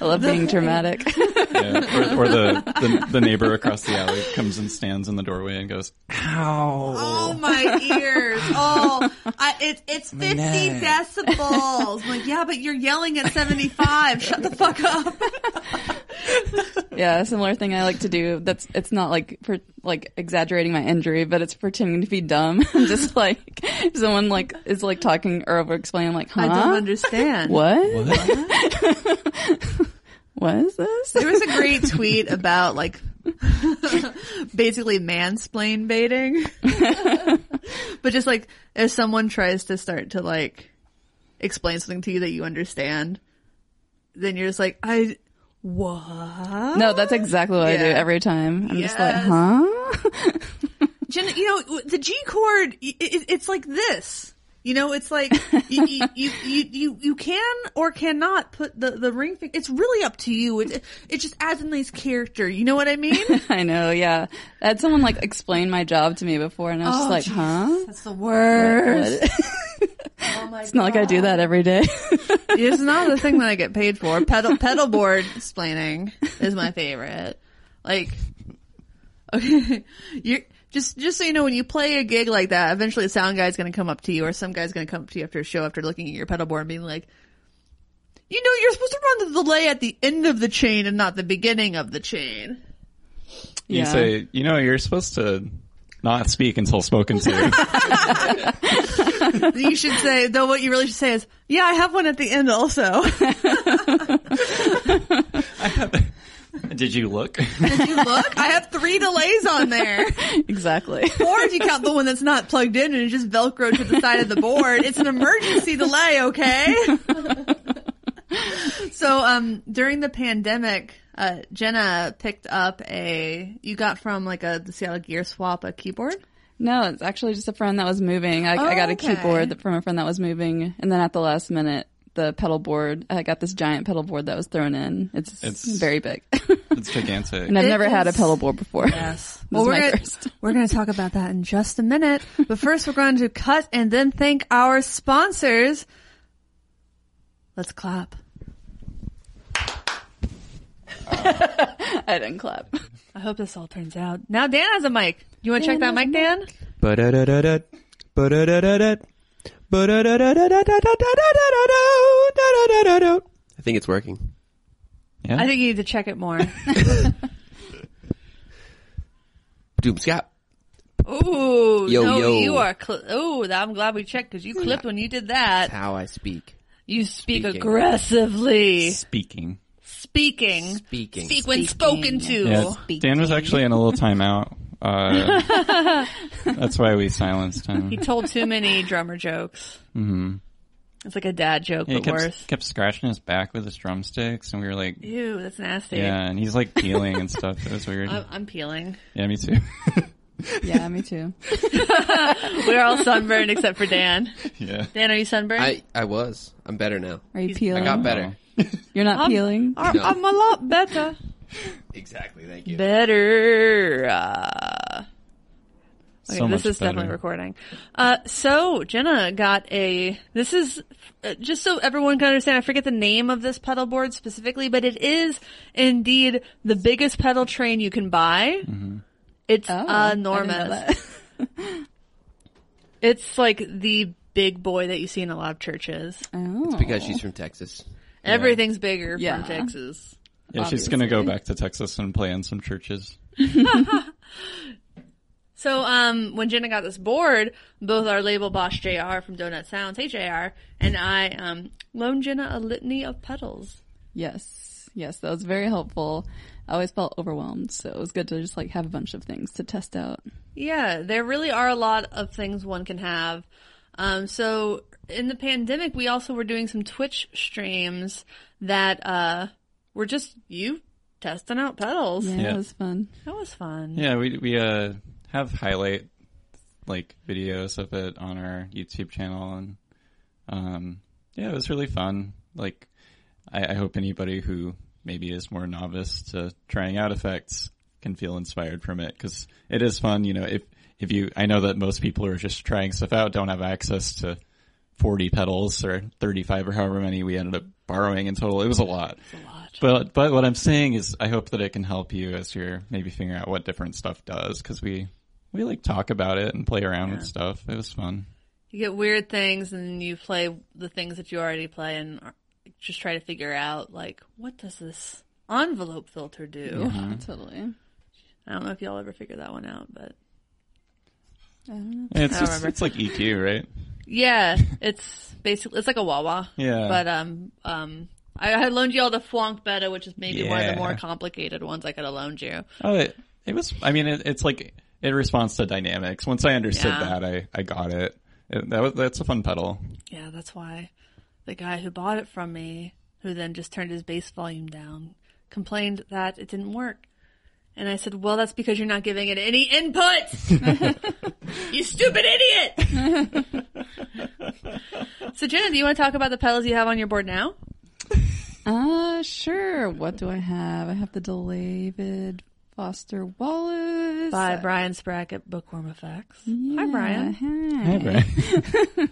Speaker 3: I love being dramatic. [LAUGHS]
Speaker 2: Yeah. Or, or the, the the neighbor across the alley comes and stands in the doorway and goes, "Ow!"
Speaker 1: oh, my ears. Oh, I, it, it's 50
Speaker 2: neck.
Speaker 1: decibels. I'm like, yeah, but you're yelling at 75. Shut the fuck up.
Speaker 3: Yeah, a similar thing I like to do. That's it's not like for like exaggerating my injury, but it's pretending to be dumb. [LAUGHS] just like someone like is like talking or over explaining. I'm like, huh?
Speaker 1: I don't understand.
Speaker 3: What? What? what is this?
Speaker 1: There was a great tweet about like basically mansplain baiting. but just like if someone tries to start to like explain something to you that you understand, then you're just like, I what?
Speaker 3: No, that's exactly what I do
Speaker 1: Yeah.
Speaker 3: every time. I'm just like,
Speaker 1: Yes.
Speaker 3: huh? [LAUGHS]
Speaker 1: Jen, you know, the G chord, i it, it's like this. You know, it's like you, you, you, you, you can or cannot put the, the ring finger. It's really up to you. It, it just adds a nice character. You know what I mean?
Speaker 3: I know, yeah. I had someone like explain my job to me before and I was just
Speaker 1: Oh,
Speaker 3: like,
Speaker 1: Jesus.
Speaker 3: huh?
Speaker 1: That's the worst.
Speaker 3: What? [LAUGHS]
Speaker 1: Oh my
Speaker 3: It's not like I do that every day. [LAUGHS]
Speaker 1: It's not the thing that I get paid for. Pedal pedal board explaining is my favorite. Like, okay, [LAUGHS] you just just so you know, when you play a gig like that, eventually a sound guy's going to come up to you, or some guy's going to come up to you after a show after looking at your pedal board and being like. You know, you're supposed to run the delay at the end of the chain and not the beginning of the chain.
Speaker 2: You
Speaker 3: yeah.
Speaker 2: say, you know, you're supposed to not speak until spoken to.
Speaker 1: You should say, though, what you really should say is, yeah, I have one at the end also.
Speaker 2: [LAUGHS] Did you
Speaker 4: [LAUGHS]
Speaker 2: look?
Speaker 1: Did you look? [LAUGHS] I have three delays on there.
Speaker 3: [LAUGHS] exactly.
Speaker 1: Or if you count the one that's not plugged in and it's just Velcro to the side of the board, it's an emergency delay, okay? [LAUGHS] so, um, during the pandemic, uh, Jenna picked up a, you got from like a, the Seattle Gear Swap, a keyboard?
Speaker 3: No, it's actually just a friend that was moving. I, I got a
Speaker 1: okay.
Speaker 3: keyboard that- from a friend that was moving, and then at the last minute, the pedal board. I got this giant pedal board that was thrown in. It's,
Speaker 2: It's-
Speaker 3: very big, [LAUGHS]
Speaker 2: It's gigantic.
Speaker 3: and I've
Speaker 1: It
Speaker 3: never had a
Speaker 1: is-
Speaker 3: pedal board before. [LAUGHS]
Speaker 1: Yes.
Speaker 3: Well, we're
Speaker 1: we're
Speaker 3: gonna-
Speaker 1: gonna, [LAUGHS] we're going to talk about that in just a minute. But first, we're going to cut and then thank our sponsors. Let's clap.
Speaker 3: [LAUGHS] I didn't clap.
Speaker 1: I hope this all turns out. Now Dan has a mic. You want to check that mic, Dan?
Speaker 4: Ba-da-da-da-da. Ba-da-da-da-da. Ba-da-da-da-da-da-da-da-da-da-da-da-da-da-da. I think it's working.
Speaker 2: Yeah.
Speaker 1: I think you need to check it more.
Speaker 4: Doom Scott.
Speaker 1: Ooh,
Speaker 4: Yo,
Speaker 1: no,
Speaker 4: yo.
Speaker 1: you are. Cl- oh, I'm glad we checked because you clipped when you did that.
Speaker 4: How I speak.
Speaker 1: You speak
Speaker 4: Speaking.
Speaker 1: aggressively,
Speaker 2: Speaking.
Speaker 1: speaking,
Speaker 4: Speaking.
Speaker 1: speak when spoken to.
Speaker 2: Yeah, Dan was actually in a little timeout.
Speaker 1: [LAUGHS]
Speaker 2: Uh, that's why we silenced him.
Speaker 1: He told too many [LAUGHS] drummer jokes. Mm-hmm. It's like a dad joke,
Speaker 2: He
Speaker 1: but worse.
Speaker 2: kept, kept scratching his back with his drumsticks, and we were like,
Speaker 1: Ew, that's nasty.
Speaker 2: yeah, and he's like peeling and stuff. It was weird.
Speaker 1: I'm, I'm peeling.
Speaker 2: yeah, me too. [LAUGHS]
Speaker 3: Yeah, me too.
Speaker 1: We're all sunburned except for Dan.
Speaker 2: yeah.
Speaker 1: Dan, are you sunburned?
Speaker 4: I, I was. I'm better now.
Speaker 3: Are you peeling?
Speaker 4: I got better.
Speaker 3: You're not
Speaker 1: I'm-
Speaker 3: peeling.
Speaker 1: I'm, I'm a lot better.
Speaker 4: Exactly. Thank you.
Speaker 1: better. Uh, okay,
Speaker 2: So
Speaker 1: this
Speaker 2: much
Speaker 1: is definitely
Speaker 2: better.
Speaker 1: recording. Uh, so Jenna got a. This is uh, just so everyone can understand. I forget the name of this pedal board specifically, but it is indeed the biggest pedal train you can buy.
Speaker 2: Mm-hmm.
Speaker 1: It's
Speaker 3: Oh, I didn't know
Speaker 1: enormous.
Speaker 3: that. [LAUGHS]
Speaker 1: It's like the big boy that you see in a lot of churches.
Speaker 3: Oh.
Speaker 4: Because she's from Texas.
Speaker 1: Everything's bigger
Speaker 3: Yeah.
Speaker 1: from Texas.
Speaker 2: Yeah, she's gonna go back to Texas and play in some churches.
Speaker 1: So, um, when Jenna got this board, both our label boss JR from Donut Sounds, hey JR, and I, um, loaned Jenna a litany of pedals.
Speaker 3: Yes, yes, that was very helpful. I always felt overwhelmed, so it was good to just like have a bunch of things to test out.
Speaker 1: Yeah, there really are a lot of things one can have. Um, so in the pandemic, we also were doing some Twitch streams that uh, were just you testing out pedals.
Speaker 3: Yeah,
Speaker 2: Yeah.
Speaker 3: it was fun.
Speaker 1: That was fun.
Speaker 2: Yeah, we we uh have highlight like videos of it on our YouTube channel, and um, yeah, it was really fun. Like, I, I hope anybody who maybe is more novice to trying out effects can feel inspired from it because it is fun. You know, if if you, I know that most people who are just trying stuff out don't have access to. 40 pedals or 35 or however many we ended up borrowing in total. It was a lot. But but what I'm saying is, I hope that it can help you as you're maybe figuring out what different stuff does because we we like talk about it and play around with stuff. It was fun.
Speaker 1: You get weird things, and you play the things that you already play, and are- just try to figure out like what does this envelope filter do.
Speaker 3: [LAUGHS] Totally.
Speaker 1: I don't know if y'all ever figure that one out, but
Speaker 2: And it's
Speaker 1: I
Speaker 2: just
Speaker 1: remember.
Speaker 2: it's like EQ, right? [LAUGHS]
Speaker 1: yeah, it's basically it's like a Wawa.
Speaker 2: Yeah.
Speaker 1: But um um, I had loaned y'all the Flonk Beta, which is maybe one of the
Speaker 2: Yeah.
Speaker 1: more complicated ones I could have loaned you.
Speaker 2: Oh, it, it was. I mean, it, it's like it responds to dynamics. Once I understood
Speaker 1: Yeah.
Speaker 2: that, I I got it. it that was that's a fun pedal.
Speaker 1: Yeah, that's why the guy who bought it from me, who then just turned his bass volume down, complained that it didn't work. And I said, "Well, that's because you're not giving it any input.
Speaker 2: [LAUGHS]
Speaker 1: you stupid idiot." [LAUGHS] so, Jenna, do you want to talk about the pedals you have on your board now?
Speaker 3: Uh, sure. What do I have? I have the David Foster Wallace.
Speaker 1: By Brian Sprack at Bookworm Effects. Hi, Brian.
Speaker 3: Hi.
Speaker 2: Right.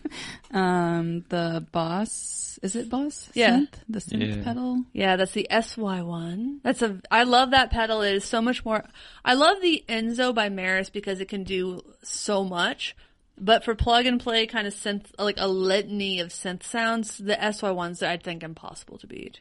Speaker 3: Um, the Boss. Is it Boss?
Speaker 1: Yeah.
Speaker 3: Synth? The synth
Speaker 2: Yeah.
Speaker 3: pedal.
Speaker 1: Yeah, that's the SY one. That's a I love that pedal. It is so much more I love the Enzo by Maris because it can do so much. But for plug and play kind of synth like a litany of synth sounds, the SY ones I think impossible to beat.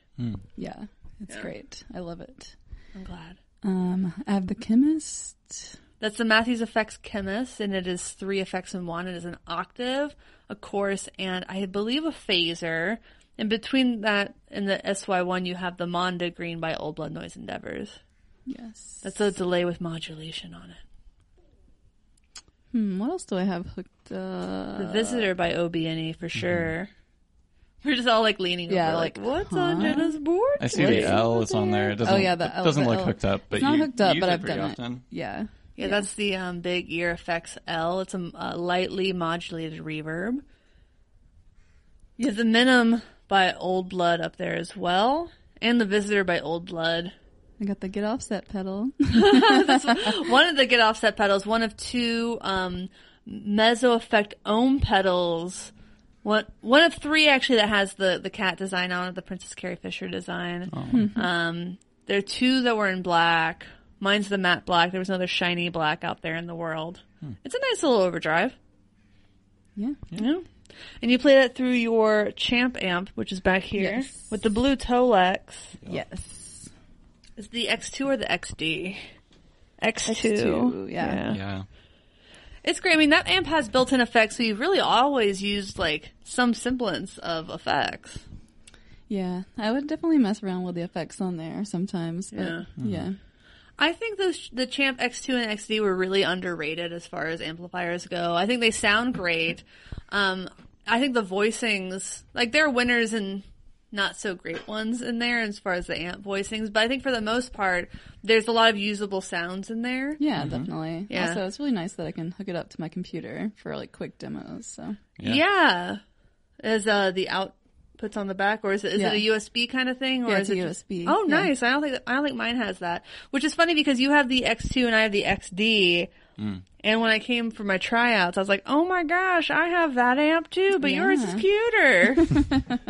Speaker 3: Yeah. It's great. I love it.
Speaker 1: I'm glad.
Speaker 3: Um, I have the Chemist.
Speaker 1: That's the Matthews Effects Chemist, and it is three effects in one. It is an octave, a chorus, and I believe a phaser. And between that and the SY1, you have the Monda Green by Old Blood Noise Endeavors.
Speaker 3: Yes.
Speaker 1: That's a delay with modulation on it.
Speaker 3: Hmm, what else do I have hooked up?
Speaker 1: The Visitor by OBNE E, for sure. We're just all like leaning
Speaker 3: Yeah,
Speaker 1: over, like,
Speaker 3: like,
Speaker 1: what's on Jenna's board?
Speaker 2: I see
Speaker 3: What
Speaker 2: the
Speaker 3: is
Speaker 2: L is on there. It doesn't,
Speaker 3: oh yeah, the
Speaker 2: it
Speaker 3: L-
Speaker 2: doesn't
Speaker 3: the
Speaker 2: look
Speaker 3: L.
Speaker 2: hooked up, but
Speaker 3: it's not
Speaker 2: you
Speaker 3: hooked up,
Speaker 2: use
Speaker 3: but
Speaker 2: it
Speaker 3: I've
Speaker 2: pretty
Speaker 3: done it.
Speaker 2: often.
Speaker 3: Yeah.
Speaker 1: Yeah, that's the um, big ear effects L. It's a m- a lightly modulated reverb. You have the Minim by Old Blood up there as well, and the Visitor by Old Blood.
Speaker 3: I got the get offset pedal. [LAUGHS]
Speaker 1: one of the get offset pedals, one of two um, mezzo effect ohm pedals. One, one of three actually that has the, the cat design on it, the Princess Carrie Fisher design. [LAUGHS] Um, there are two that were in black. Mine's the matte black. There was another shiny black out there in the world. It's a nice little overdrive.
Speaker 3: yeah.
Speaker 1: Yeah. And you play that through your champ amp, which is back here
Speaker 3: Yes.
Speaker 1: with the blue Tolex.
Speaker 3: Yes.
Speaker 1: Is the X2 or the XD? X2.
Speaker 3: X2, yeah.
Speaker 2: Yeah.
Speaker 1: It's great. I mean, that amp has built-in effects, so you've really always used like some semblance of effects.
Speaker 3: Yeah. I would definitely mess around with the effects on there sometimes. But
Speaker 1: Yeah.
Speaker 2: Mm-hmm.
Speaker 3: Yeah.
Speaker 1: I think those the Champ X2 and XD were really underrated as far as amplifiers go. I think they sound great. Um, I think the voicings, like they're winners and not so great ones in there as far as the amp voicings, but I think for the most part, there's a lot of usable sounds in there.
Speaker 3: Yeah, definitely.
Speaker 1: Mm-hmm. Yeah.
Speaker 3: Also, it's really nice that I can hook it up to my computer for like quick demos. So
Speaker 2: Yeah.
Speaker 1: Yeah. Is uh the outputs on the back or is it is
Speaker 3: Yeah.
Speaker 1: it a USB kind of thing or
Speaker 3: Yeah,
Speaker 1: is
Speaker 3: it's
Speaker 1: it
Speaker 3: a
Speaker 1: just-
Speaker 3: USB,
Speaker 1: Oh,
Speaker 3: yeah.
Speaker 1: nice. I don't think I don't think mine has that. Which is funny because you have the X2 and I have the XD.
Speaker 3: Mm.
Speaker 1: And when I came for my tryouts, I was like, "Oh my gosh, I have that amp too, but yours is
Speaker 3: Yeah. [LAUGHS]
Speaker 1: cuter."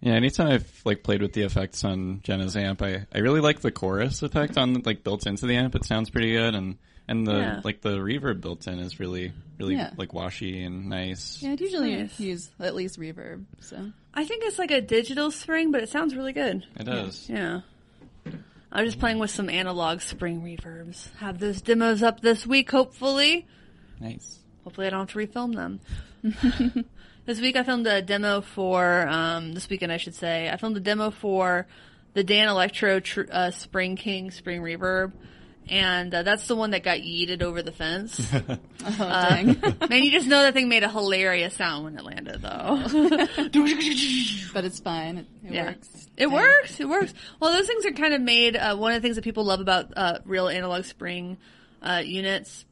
Speaker 2: Yeah, anytime I've like played with the effects on Jenna's amp, I, I really like the chorus effect on like built into the amp. It sounds pretty good, and and the
Speaker 1: Yeah.
Speaker 2: like the reverb built in is really really
Speaker 3: Yeah.
Speaker 2: like washy and nice.
Speaker 3: yeah, I'd usually
Speaker 1: Nice.
Speaker 3: use at least reverb. So
Speaker 1: I think it's like a digital spring, but it sounds really good.
Speaker 2: It does.
Speaker 1: Yeah. I was just playing with some analog spring reverbs. Have those demos up this week, hopefully.
Speaker 2: Nice.
Speaker 1: Hopefully, I don't have to refilm them. this week, I filmed a demo for um, this weekend, I should say. I filmed a demo for the Dan Electro tr- uh, Spring King Spring Reverb, and uh, that's the one that got yeeted over the fence.
Speaker 3: Oh,
Speaker 1: Uh,
Speaker 3: dang.
Speaker 1: [LAUGHS] Man, you just know that thing made a hilarious sound when it landed, though.
Speaker 3: but it's fine. It, it
Speaker 1: Yeah.
Speaker 3: works.
Speaker 1: It works. It works. Well, those things are kind of made. Uh, one of the things that people love about uh, real analog spring uh, units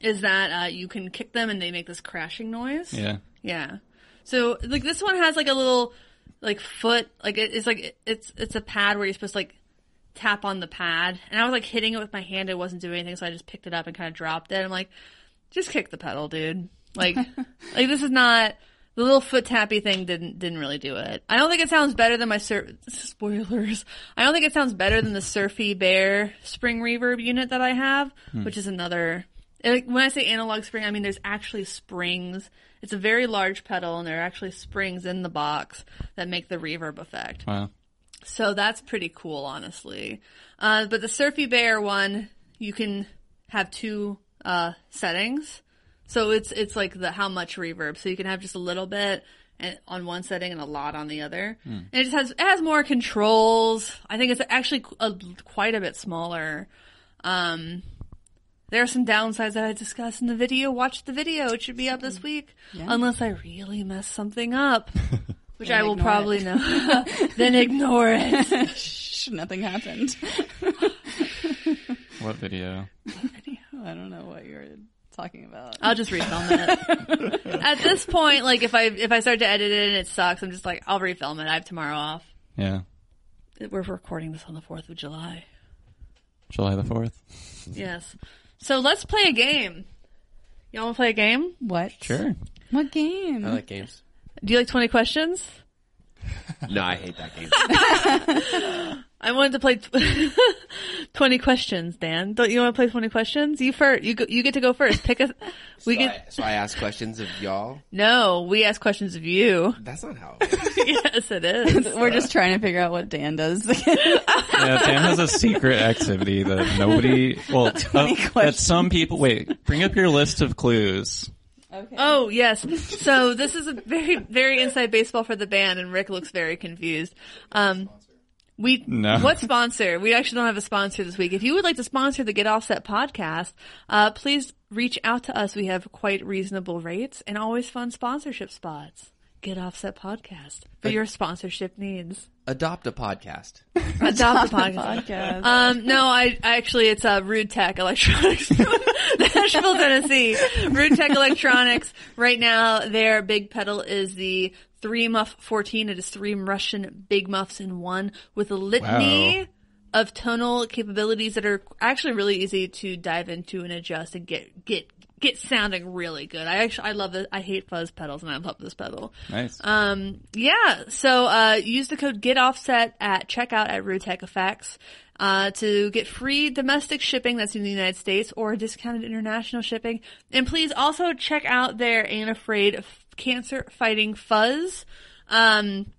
Speaker 1: is that uh, you can kick them and they make this crashing noise.
Speaker 2: Yeah.
Speaker 1: Yeah. So like this one has like a little like foot like it- it's like it's it's a pad where you're supposed to like tap on the pad and I was like hitting it with my hand it wasn't doing anything so I just picked it up and kind of dropped it I'm like just kick the pedal dude like like this is not the little foot tappy thing didn't didn't really do it I don't think it sounds better than my sur- [LAUGHS] spoilers I don't think it sounds better than the Surfy Bear spring reverb unit that I have which is another and, like, when I say analog spring, I mean there's actually springs. It's a very large pedal, and there are actually springs in the box that make the reverb effect.
Speaker 2: Wow.
Speaker 1: So that's pretty cool, honestly. Uh, but the Surfy Bear one, you can have two uh, settings. So it's it's like the how much reverb. So you can have just a little bit and, on one setting and a lot on the other.
Speaker 3: Hmm.
Speaker 1: And it just has it has more controls. I think it's actually qu- a, quite a bit smaller. Um, there are some downsides that I discussed in the video. Watch the video; it should be up this week, unless I really mess something
Speaker 3: [LAUGHS]
Speaker 1: up, which I will
Speaker 3: ignore
Speaker 1: probably
Speaker 3: it.
Speaker 1: know. [LAUGHS] then ignore it.
Speaker 3: Shh, [LAUGHS] nothing happened.
Speaker 2: What video?
Speaker 3: I don't know what you're talking about.
Speaker 1: I'll just refilm it.
Speaker 3: [LAUGHS]
Speaker 1: At this point, like if I if I start to edit it and it sucks, I'm just like I'll refilm it. I have tomorrow off.
Speaker 2: Yeah.
Speaker 1: We're recording this on the fourth of July.
Speaker 2: July the 4th.
Speaker 1: Yes. So let's play a game. Y'all want to play a game?
Speaker 3: What?
Speaker 2: [LAUGHS] Sure.
Speaker 3: What game?
Speaker 4: I like games.
Speaker 1: Do you like twenty questions?
Speaker 4: No, I hate that game.
Speaker 1: I wanted to play tw- [LAUGHS] twenty questions, Dan. Don't you want to play twenty questions? You first. You go, you get to go first. Pick a. We
Speaker 4: so,
Speaker 1: get
Speaker 4: I, so I ask questions of y'all.
Speaker 1: no. We ask questions of you. [LAUGHS]
Speaker 4: That's not how. It works.
Speaker 1: yes, it
Speaker 3: [LAUGHS]
Speaker 1: is.
Speaker 3: [LAUGHS] We're just trying to figure out what Dan does. [LAUGHS]
Speaker 2: Yeah, Dan has a secret activity
Speaker 3: [LAUGHS]
Speaker 2: that nobody, well, uh, that
Speaker 3: questions.
Speaker 2: some people, wait, bring up your list of clues.
Speaker 1: Oh yes. So this is a very very inside baseball for the band, and Rick looks very confused. Um, we
Speaker 2: No.
Speaker 1: what sponsor? We actually don't have a sponsor this week. If you would like to sponsor the Get Offset podcast, uh, please reach out to us. We have quite reasonable rates and always fun sponsorship spots. Get Offset podcast for your sponsorship [LAUGHS] needs.
Speaker 4: Adopt a podcast.
Speaker 1: Adopt the podcast.
Speaker 3: Podcast.
Speaker 1: Um, no, I, I actually, it's uh, Rude Tech Electronics, [LAUGHS] Nashville, Tennessee. Rude Tech Electronics. Right now, their big pedal is the Three Muff 14. It is three Russian big muffs in one with a litany
Speaker 2: Wow.
Speaker 1: of tonal capabilities that are actually really easy to dive into and adjust and get, get, get sounding really good. I actually, I love this. I hate fuzz pedals and I love this pedal.
Speaker 2: Nice.
Speaker 1: Um, yeah. So, uh, use the code GetOffset at checkout at Rutech Effects, uh, to get free domestic shipping that's in the United States or discounted international shipping. And please also check out their Anafraid Cancer Fighting Fuzz. Um,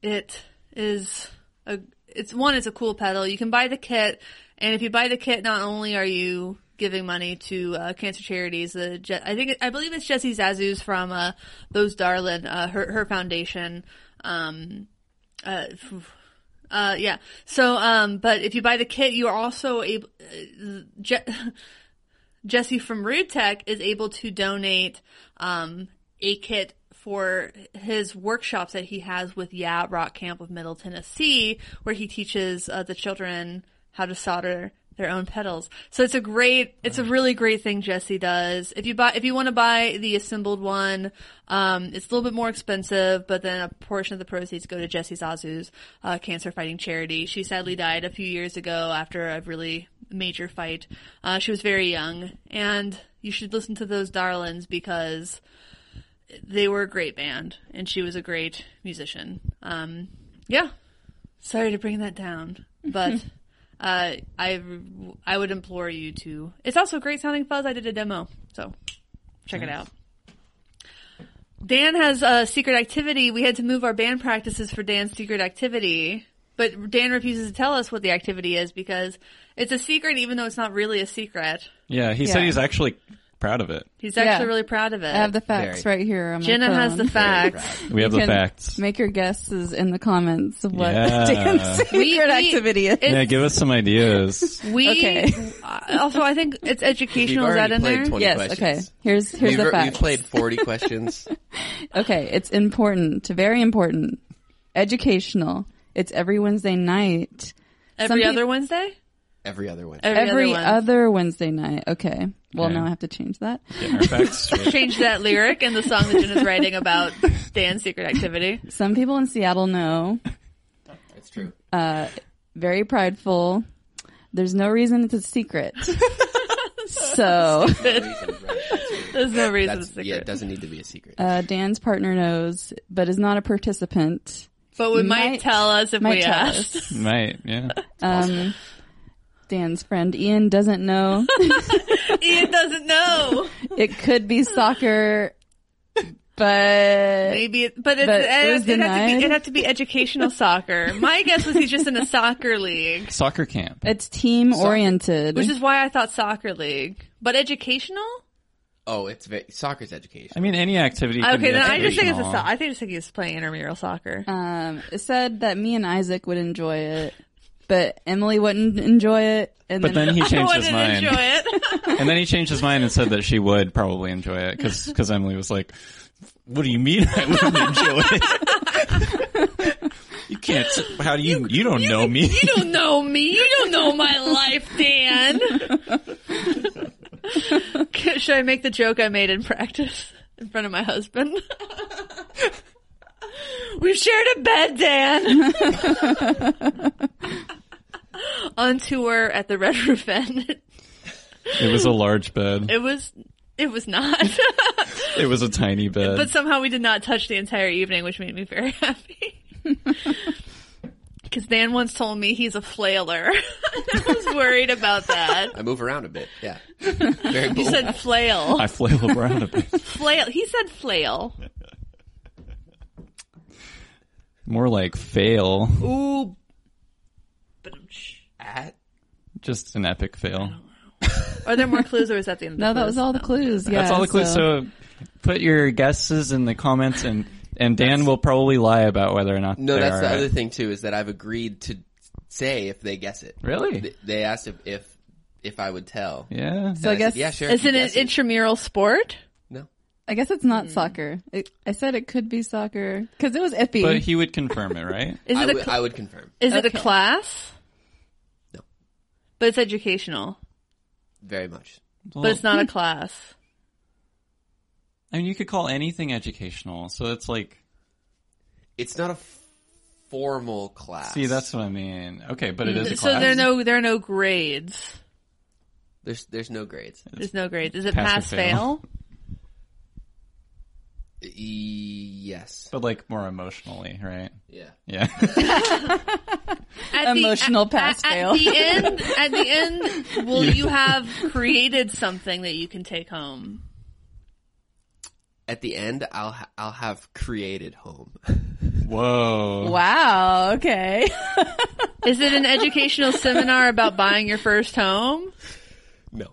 Speaker 1: it is a it's one it's a cool pedal you can buy the kit and if you buy the kit not only are you giving money to uh, cancer charities the Je- i think i believe it's jessie zazu's from uh, those darlin uh, her, her foundation um, uh, uh, yeah so um, but if you buy the kit you are also able uh, Je- [LAUGHS] Jesse from Rude Tech is able to donate um, a kit for his workshops that he has with Yeah Rock Camp of Middle Tennessee, where he teaches uh, the children how to solder their own pedals. So it's a great, it's a really great thing Jesse does. If you buy, if you want to buy the assembled one, um, it's a little bit more expensive, but then a portion of the proceeds go to Jesse Zazu's uh, cancer fighting charity. She sadly died a few years ago after a really major fight. Uh, she was very young, and you should listen to those darlings because they were a great band, and she was a great musician. Um, yeah, sorry to bring that
Speaker 3: [LAUGHS]
Speaker 1: down, but uh, I I would implore you to. It's also great sounding fuzz. I did a demo, so check it out. Dan has a secret activity. We had to move our band practices for Dan's secret activity, but Dan refuses to tell us what the activity is because it's a secret, even though it's not really a secret.
Speaker 2: Yeah, he said
Speaker 3: Yeah.
Speaker 2: he's actually proud of it.
Speaker 1: He's
Speaker 3: Yeah.
Speaker 1: actually really proud of it.
Speaker 3: I have the facts
Speaker 4: Very.
Speaker 3: right here. On my
Speaker 1: Jenna has
Speaker 3: phone.
Speaker 1: the facts.
Speaker 2: We have
Speaker 3: You
Speaker 2: the
Speaker 3: can
Speaker 2: facts.
Speaker 3: Make your guesses in the comments of what [LAUGHS]
Speaker 2: Yeah.
Speaker 3: Dan's secret
Speaker 1: We- we-
Speaker 3: activity is.
Speaker 1: it-
Speaker 2: yeah, give us
Speaker 1: [LAUGHS]
Speaker 2: some ideas.
Speaker 1: We
Speaker 3: Okay.
Speaker 1: uh, also, I think it's
Speaker 4: We've
Speaker 1: educational. Is that
Speaker 4: already
Speaker 1: in
Speaker 4: played
Speaker 1: there?
Speaker 4: 20
Speaker 3: yes.
Speaker 4: questions.
Speaker 3: Okay. Here's here's
Speaker 4: We've,
Speaker 3: the
Speaker 4: we've
Speaker 3: facts.
Speaker 4: played 40 questions.
Speaker 3: Okay. It's important. Very important. Educational. It's every Wednesday night.
Speaker 1: Every
Speaker 3: Some pe-
Speaker 1: other Wednesday.
Speaker 4: Every other one.
Speaker 1: Every,
Speaker 3: Every
Speaker 1: other, one.
Speaker 3: other Wednesday night. Okay. Well,
Speaker 2: Okay.
Speaker 3: now I have to change that.
Speaker 2: Getting our facts
Speaker 1: [LAUGHS] [LAUGHS]
Speaker 2: straight.
Speaker 1: Change that lyric in the song that Jenna's writing
Speaker 3: [LAUGHS]
Speaker 1: about Dan's secret activity.
Speaker 3: Some people in Seattle know.
Speaker 4: That's true.
Speaker 3: Very prideful. There's no reason it's a secret. so
Speaker 1: There's no reason
Speaker 4: That's,
Speaker 1: it's a
Speaker 4: yeah, it
Speaker 1: secret.
Speaker 4: doesn't need to be a secret.
Speaker 3: uh, Dan's partner knows, but is not a participant.
Speaker 1: but we might,
Speaker 3: might-
Speaker 1: tell us if
Speaker 3: Might
Speaker 1: we
Speaker 3: tell
Speaker 1: ask.
Speaker 4: [LAUGHS]
Speaker 3: us.
Speaker 2: Might, yeah.
Speaker 3: Um, Dan's friend Ian doesn't know.
Speaker 1: [LAUGHS] Ian doesn't know.
Speaker 3: it could be soccer, but
Speaker 1: Maybe, it, but it's,
Speaker 3: But
Speaker 1: it,
Speaker 3: it
Speaker 1: has
Speaker 3: was
Speaker 1: to
Speaker 3: denied.
Speaker 1: be, it has to be educational soccer. My guess was he's just in a soccer league,
Speaker 2: Soccer camp.
Speaker 3: it's team oriented.
Speaker 1: which is why I thought soccer league. But educational?
Speaker 4: oh, it's very, soccer's
Speaker 2: I
Speaker 4: education.
Speaker 2: mean, any activity. can
Speaker 1: Okay,
Speaker 2: be
Speaker 1: then I just think it's a.
Speaker 2: educational.
Speaker 1: So- I think just think he's playing intramural soccer.
Speaker 3: um, it said that me and Isaac would enjoy it, but Emily wouldn't enjoy it. And
Speaker 2: But then
Speaker 1: [LAUGHS]
Speaker 2: he
Speaker 1: Oh, I
Speaker 2: changed
Speaker 1: wouldn't
Speaker 2: his mind.
Speaker 1: enjoy it. [LAUGHS]
Speaker 2: And then he changed his mind and said that she would probably enjoy it because Emily was like, "What do you mean I wouldn't enjoy it?
Speaker 1: [LAUGHS]
Speaker 2: you can't. How do you? You don't know me.
Speaker 1: you don't know me. You don't know my life, Dan. Should I make the joke I made in practice in front of my husband? We've shared a bed, Dan. On tour at the Red Roof Inn.
Speaker 2: It was a large bed.
Speaker 1: It was it was not. [LAUGHS]
Speaker 2: It was a tiny bed.
Speaker 1: But somehow we did not touch the entire evening, which made me very [LAUGHS] happy. Because Dan once told me he's a flailer. [LAUGHS] I was worried about that.
Speaker 4: I move around a bit. Yeah. Very
Speaker 1: He
Speaker 2: [LAUGHS]
Speaker 4: cool.
Speaker 1: said flail.
Speaker 2: I flail around a bit.
Speaker 1: Flail. He said flail.
Speaker 2: More like fail.
Speaker 1: Ooh.
Speaker 4: At-
Speaker 2: Just an epic fail.
Speaker 1: Are there more clues, or is that the end? Of the
Speaker 3: no, that
Speaker 1: clues?
Speaker 3: was all the clues. Yeah,
Speaker 2: That's all the clues. So, put your guesses in the comments, and and Dan will probably lie about whether or not.
Speaker 4: no,
Speaker 2: they
Speaker 4: that's
Speaker 2: are
Speaker 4: the
Speaker 2: right.
Speaker 4: other thing too, is that I've agreed to say if they guess it.
Speaker 2: Really?
Speaker 4: Th- They asked if, if, if I would tell.
Speaker 2: Yeah.
Speaker 3: So I
Speaker 4: I
Speaker 3: guess
Speaker 4: said, yeah, sure. if
Speaker 1: Is
Speaker 4: you
Speaker 1: it an
Speaker 4: guess it.
Speaker 1: intramural sport?
Speaker 4: No.
Speaker 3: I guess it's
Speaker 2: Hmm.
Speaker 3: not soccer. It, I said it could be soccer because it was iffy.
Speaker 2: but he would confirm it, right?
Speaker 1: Is
Speaker 4: I
Speaker 1: it a
Speaker 4: would-
Speaker 1: cl-
Speaker 4: I would confirm.
Speaker 1: is it a class?
Speaker 4: No.
Speaker 1: But it's educational.
Speaker 4: Very much.
Speaker 1: But it's not a class.
Speaker 2: I mean, you could call anything educational. So it's like,
Speaker 4: It's not a f- formal class.
Speaker 2: see, that's what I mean. Okay, but it is a class.
Speaker 1: So there are no there are no grades.
Speaker 4: There's, there's no grades.
Speaker 1: There's no grades. Is it
Speaker 2: Pass or
Speaker 1: pass, fail?
Speaker 2: fail?
Speaker 4: E- yes.
Speaker 2: But like more emotionally, right?
Speaker 4: Yeah. [LAUGHS]
Speaker 2: Yeah.
Speaker 1: At the-
Speaker 3: Emotional
Speaker 1: at-
Speaker 3: pass,
Speaker 1: at,
Speaker 3: fail.
Speaker 1: At the
Speaker 3: [LAUGHS]
Speaker 1: end, at the end, will you have created something that you can take home?
Speaker 4: At the end, I'll, ha- I'll have created home. [LAUGHS]
Speaker 2: Whoa.
Speaker 3: wow. Okay. [LAUGHS]
Speaker 1: Is it an educational seminar about buying your first home?
Speaker 4: No.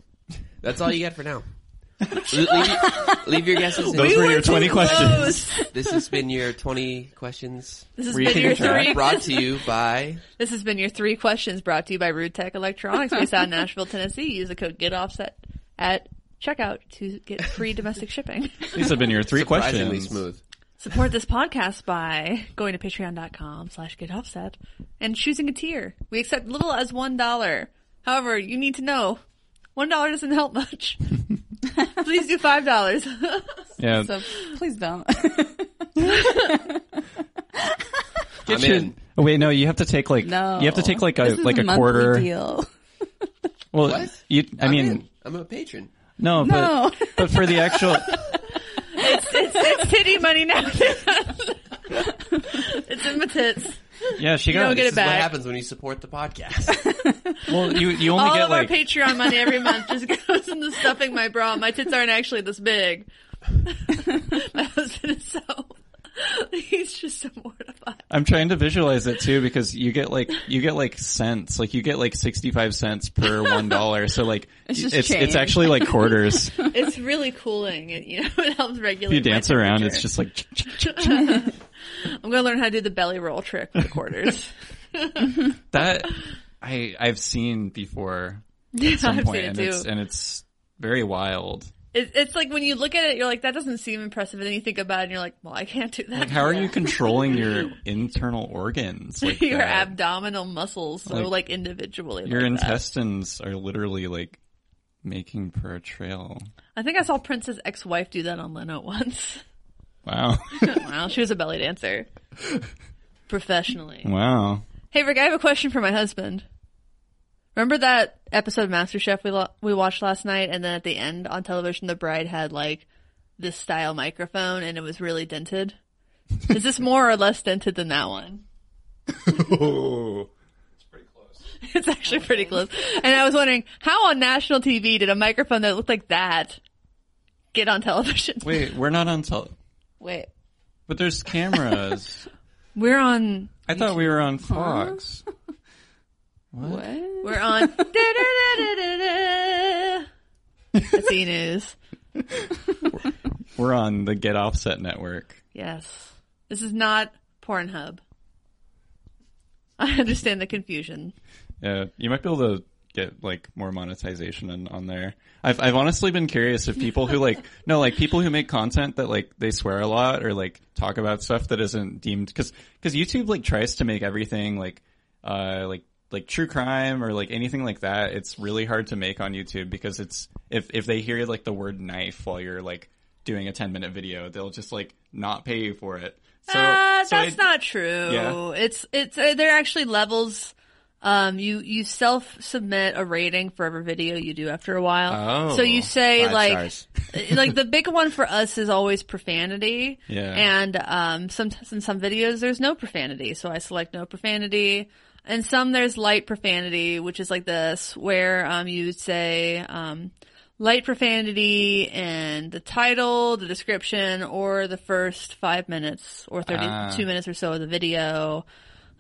Speaker 4: That's all you get for now. leave, leave- leave your guesses. in.
Speaker 2: Those were your 20 questions.
Speaker 4: This has been your 20 questions
Speaker 1: This has
Speaker 2: Were you
Speaker 1: been your
Speaker 2: keeping track?
Speaker 1: three.
Speaker 4: brought to you by
Speaker 1: This has been your three questions brought to you by Rude Tech Electronics, based out of Nashville, Tennessee. Use the code Get Offset at checkout to get free domestic shipping.
Speaker 2: These have been your three [LAUGHS]
Speaker 4: surprisingly
Speaker 2: questions.
Speaker 4: smooth.
Speaker 1: Support this podcast by going to patreon.com slash get offset and choosing a tier. We accept little as one dollar. However, you need to know one dollar doesn't help much. Please do five dollars. [LAUGHS]
Speaker 2: Yeah.
Speaker 3: So please don't. [LAUGHS]
Speaker 4: I'm
Speaker 2: Should-
Speaker 4: in.
Speaker 2: Oh, wait, no, you have to take like
Speaker 3: No.
Speaker 2: you have to take like a
Speaker 3: This is
Speaker 2: like a
Speaker 3: monthly
Speaker 2: quarter.
Speaker 3: deal.
Speaker 2: Well,
Speaker 4: What?
Speaker 2: you I
Speaker 4: I'm
Speaker 2: mean,
Speaker 4: in. I'm a patron.
Speaker 2: no,
Speaker 3: No.
Speaker 2: [LAUGHS] but but for the actual
Speaker 1: it's, it's titty money now. [LAUGHS] it's in my tits.
Speaker 2: Yeah, she got
Speaker 1: don't get
Speaker 4: This
Speaker 1: it
Speaker 4: is
Speaker 1: back.
Speaker 4: what happens when you support the podcast. [LAUGHS]
Speaker 2: Well, you you only
Speaker 1: All
Speaker 2: get
Speaker 1: of
Speaker 2: like
Speaker 1: our Patreon money
Speaker 2: [LAUGHS]
Speaker 1: every month just goes into [LAUGHS] stuffing my bra. My tits aren't actually this big. my husband is so He's just so mortified.
Speaker 2: I'm trying to visualize it too because you get like you get like cents, like you get like 65 cents
Speaker 1: [LAUGHS]
Speaker 2: per one dollar. So like
Speaker 3: It's just
Speaker 2: it's,
Speaker 3: change.
Speaker 2: it's actually
Speaker 1: [LAUGHS]
Speaker 2: like quarters. if
Speaker 1: It's really cooling. It, you know, [LAUGHS] it helps regulate.
Speaker 2: you dance
Speaker 1: my
Speaker 2: around,
Speaker 1: temperature.
Speaker 2: it's just like
Speaker 1: I'm gonna learn how to do the belly roll trick with quarters.
Speaker 2: that. I I've seen before
Speaker 1: yeah,
Speaker 2: [LAUGHS] at some
Speaker 1: I've
Speaker 2: point,
Speaker 1: seen
Speaker 2: and
Speaker 1: it
Speaker 2: it's uh,
Speaker 1: too.
Speaker 2: and it's very wild.
Speaker 1: It, it's like when you look at it, you're like, that doesn't seem impressive, and then you think about it, and you're like, well, I can't do that. [LAUGHS]
Speaker 2: Like how are you controlling your internal organs? Like
Speaker 1: your
Speaker 2: that?
Speaker 1: abdominal muscles so like,
Speaker 2: Like,
Speaker 1: individually
Speaker 2: your
Speaker 1: like that.
Speaker 2: intestines are literally like making for a trail.
Speaker 1: i think i saw prince's ex-wife do that on leno once
Speaker 2: Wow, [LAUGHS]
Speaker 1: wow she was a belly dancer professionally
Speaker 2: wow.
Speaker 1: hey rick i have a question for my husband remember that episode of masterchef we, lo- we watched last night and then at the end on television the bride had like this style microphone and it was really dented is this more or less dented than that one [LAUGHS]
Speaker 5: It's pretty close.
Speaker 1: It's actually pretty close. And I was wondering, how on national TV did a microphone that looked like that get on television?
Speaker 2: Wait, we're not on tele,
Speaker 3: Wait.
Speaker 2: but there's cameras.
Speaker 1: We're on.
Speaker 2: I thought we were on Fox.
Speaker 3: What?
Speaker 1: We're on. [LAUGHS] da-da-da-da-da-da. That's E News.
Speaker 2: We're on the Get Offset Network.
Speaker 1: Yes. This is not Pornhub. I understand the confusion.
Speaker 2: Yeah, you might be able to get like more monetization on, on there. I've I've honestly been curious if people who
Speaker 1: [LAUGHS]
Speaker 2: like no like people who make content that like they swear a lot or like talk about stuff that isn't deemed because because YouTube like tries to make everything like uh like like true crime or like anything like that. It's really hard to make on YouTube because it's if if they hear like the word knife while you're like doing a ten minute video, they'll just like not pay you for it. So,
Speaker 1: uh,
Speaker 2: so
Speaker 1: that's
Speaker 2: I-
Speaker 1: not true.
Speaker 2: Yeah.
Speaker 1: It's it's uh, there are actually levels. Um, you you self submit a rating for every video you do after a while.
Speaker 4: Oh.
Speaker 1: so you say
Speaker 4: Five
Speaker 1: like
Speaker 4: stars.
Speaker 1: [LAUGHS] like the big one for us is always profanity.
Speaker 2: Yeah.
Speaker 1: And um, sometimes in some videos there's no profanity, so I select no profanity. And some there's light profanity, which is like this, where um you would say um light profanity and the title, the description, or the first five minutes or
Speaker 2: Ah.
Speaker 1: thirty-two minutes or so of the video.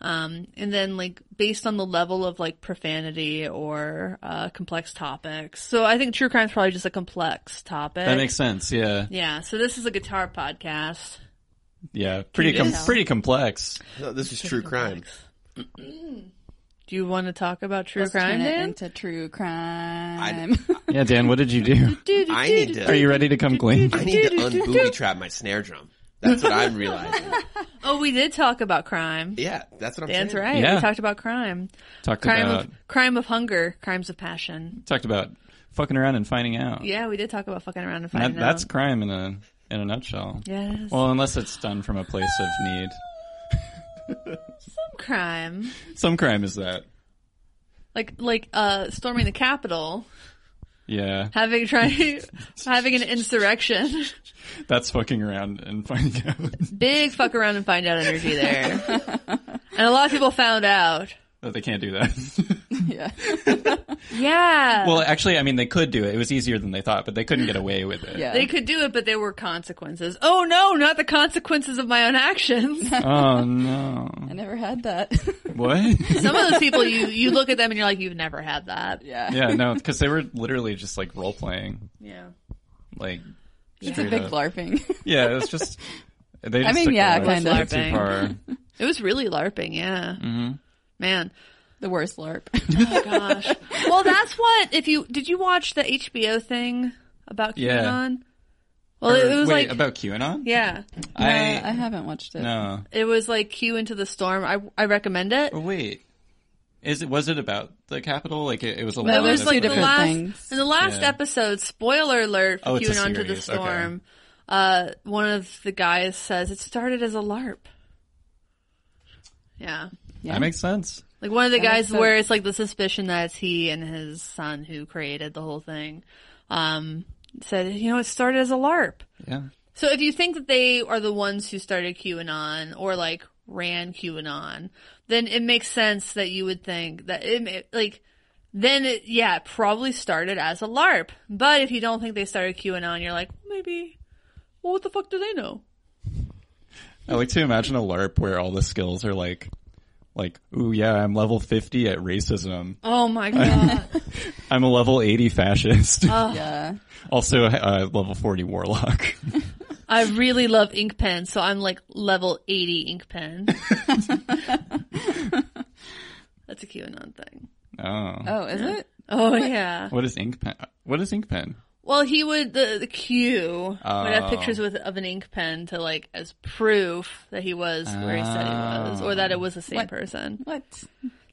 Speaker 1: Um, and then like based on the level of like profanity or uh, complex topics. So I think true crime's probably just a complex topic.
Speaker 2: that makes sense. Yeah,
Speaker 1: yeah. So this is a guitar podcast.
Speaker 2: yeah, pretty
Speaker 1: you
Speaker 2: com-
Speaker 1: tell?
Speaker 2: pretty complex.
Speaker 4: No, this is true
Speaker 1: [LAUGHS]
Speaker 4: crime.
Speaker 1: Do you want to talk about true
Speaker 3: Let's
Speaker 1: crime?
Speaker 3: turn it
Speaker 1: Dan?
Speaker 3: into true crime.
Speaker 2: Yeah, Dan, what did
Speaker 3: [LAUGHS]
Speaker 2: you do?
Speaker 1: [LAUGHS]
Speaker 4: I need to.
Speaker 2: Are you ready to come clean?
Speaker 4: I need to unbooby trap my snare drum. That's what
Speaker 1: [LAUGHS]
Speaker 4: I'm realizing.
Speaker 1: Oh, we did talk about crime.
Speaker 4: Yeah, that's what I'm
Speaker 1: Dan's
Speaker 4: saying.
Speaker 1: right.
Speaker 2: Yeah.
Speaker 1: We talked about crime.
Speaker 2: Talked
Speaker 1: Crime
Speaker 2: about
Speaker 1: of crime of hunger, crimes of passion.
Speaker 2: talked about fucking around and finding out.
Speaker 1: Yeah, we did talk about fucking around and
Speaker 2: That-
Speaker 1: finding
Speaker 2: that's
Speaker 1: out.
Speaker 2: crime in a in a nutshell.
Speaker 1: Yeah, it is.
Speaker 2: Well, unless it's done from a place of need.
Speaker 1: crime.
Speaker 2: Some crime is that.
Speaker 1: Like like uh storming the Capitol,
Speaker 2: Yeah,
Speaker 1: having trying having an insurrection.
Speaker 2: that's fucking around and finding [LAUGHS] out
Speaker 1: Big fuck around and find out energy there. and a lot of people found out.
Speaker 2: that they can't do that. [LAUGHS]
Speaker 3: [LAUGHS] yeah.
Speaker 1: Yeah.
Speaker 2: well, actually, I mean, they could do it. It was easier than they thought, but they couldn't get away with it.
Speaker 3: Yeah.
Speaker 1: they could do it, but there were consequences. Oh no, not the consequences of my own actions.
Speaker 2: Oh no!
Speaker 3: I never had that. [LAUGHS]
Speaker 2: What?
Speaker 1: Some of those people, you you look at them and you're like, you've never had that.
Speaker 3: yeah.
Speaker 2: [LAUGHS] yeah, no, because they were literally just like role playing,
Speaker 1: Yeah.
Speaker 2: like
Speaker 3: It's a
Speaker 2: straight
Speaker 3: big
Speaker 2: up.
Speaker 3: LARPing. [LAUGHS]
Speaker 2: Yeah, it was just. They just
Speaker 3: mean,
Speaker 2: took the
Speaker 3: yeah,
Speaker 2: larp
Speaker 3: kind of.
Speaker 2: way Too far.
Speaker 1: It was really LARPing, yeah. Mm-hmm. Man.
Speaker 3: the worst LARP.
Speaker 1: Oh gosh. [LAUGHS] well, that's what, if you, did you watch the HBO thing about QAnon?
Speaker 2: Yeah.
Speaker 1: Well, it, it was
Speaker 2: Wait,
Speaker 1: like,
Speaker 2: about QAnon.
Speaker 1: yeah.
Speaker 2: [LAUGHS] I,
Speaker 3: Uh, I haven't watched it.
Speaker 2: no.
Speaker 1: It was like Q into the storm. I, I recommend it.
Speaker 2: Oh, wait, is it was it about the Capitol? Like it, it was a
Speaker 1: But
Speaker 2: lot
Speaker 1: it
Speaker 2: of
Speaker 1: was
Speaker 2: it,
Speaker 1: like the
Speaker 3: two
Speaker 2: but it-
Speaker 3: different
Speaker 1: last
Speaker 3: things.
Speaker 1: in the last
Speaker 2: Yeah.
Speaker 1: episode. Spoiler alert for
Speaker 2: Oh, it's a
Speaker 1: QAnon to the
Speaker 2: series, okay.
Speaker 1: storm. Uh, one of the guys says it started as a LARP. Yeah,
Speaker 2: That makes sense.
Speaker 1: like one of the
Speaker 3: That
Speaker 1: guys
Speaker 3: makes sense.
Speaker 1: where it's like the suspicion that it's he and his son who created the whole thing. Um, said you know it started as a LARP.
Speaker 2: Yeah.
Speaker 1: So if you think that they are the ones who started QAnon or like ran QAnon, then it makes sense that you would think that it ma- like then it, yeah, it probably started as a LARP. But if you don't think they started QAnon, you're like, maybe. Well, what the fuck do they know?
Speaker 2: I like to imagine a LARP where all the skills are like, like, ooh yeah, I'm level 50 at racism.
Speaker 1: Oh my god.
Speaker 2: I'm a level 80 fascist.
Speaker 1: Uh.
Speaker 3: yeah.
Speaker 2: [LAUGHS] also, uh, level 40 warlock.
Speaker 1: [LAUGHS] I really love ink pen, so I'm like level 80 ink [LAUGHS] pen. That's a QAnon thing.
Speaker 2: oh.
Speaker 3: Oh, is it?
Speaker 1: Oh yeah.
Speaker 2: What is ink pen? What is ink pen?
Speaker 1: Well, he would the, the Q would
Speaker 2: Oh.
Speaker 1: have pictures with of an ink pen to like as proof that he was where he said he was, or that it was the same
Speaker 3: What?
Speaker 1: person.
Speaker 3: What?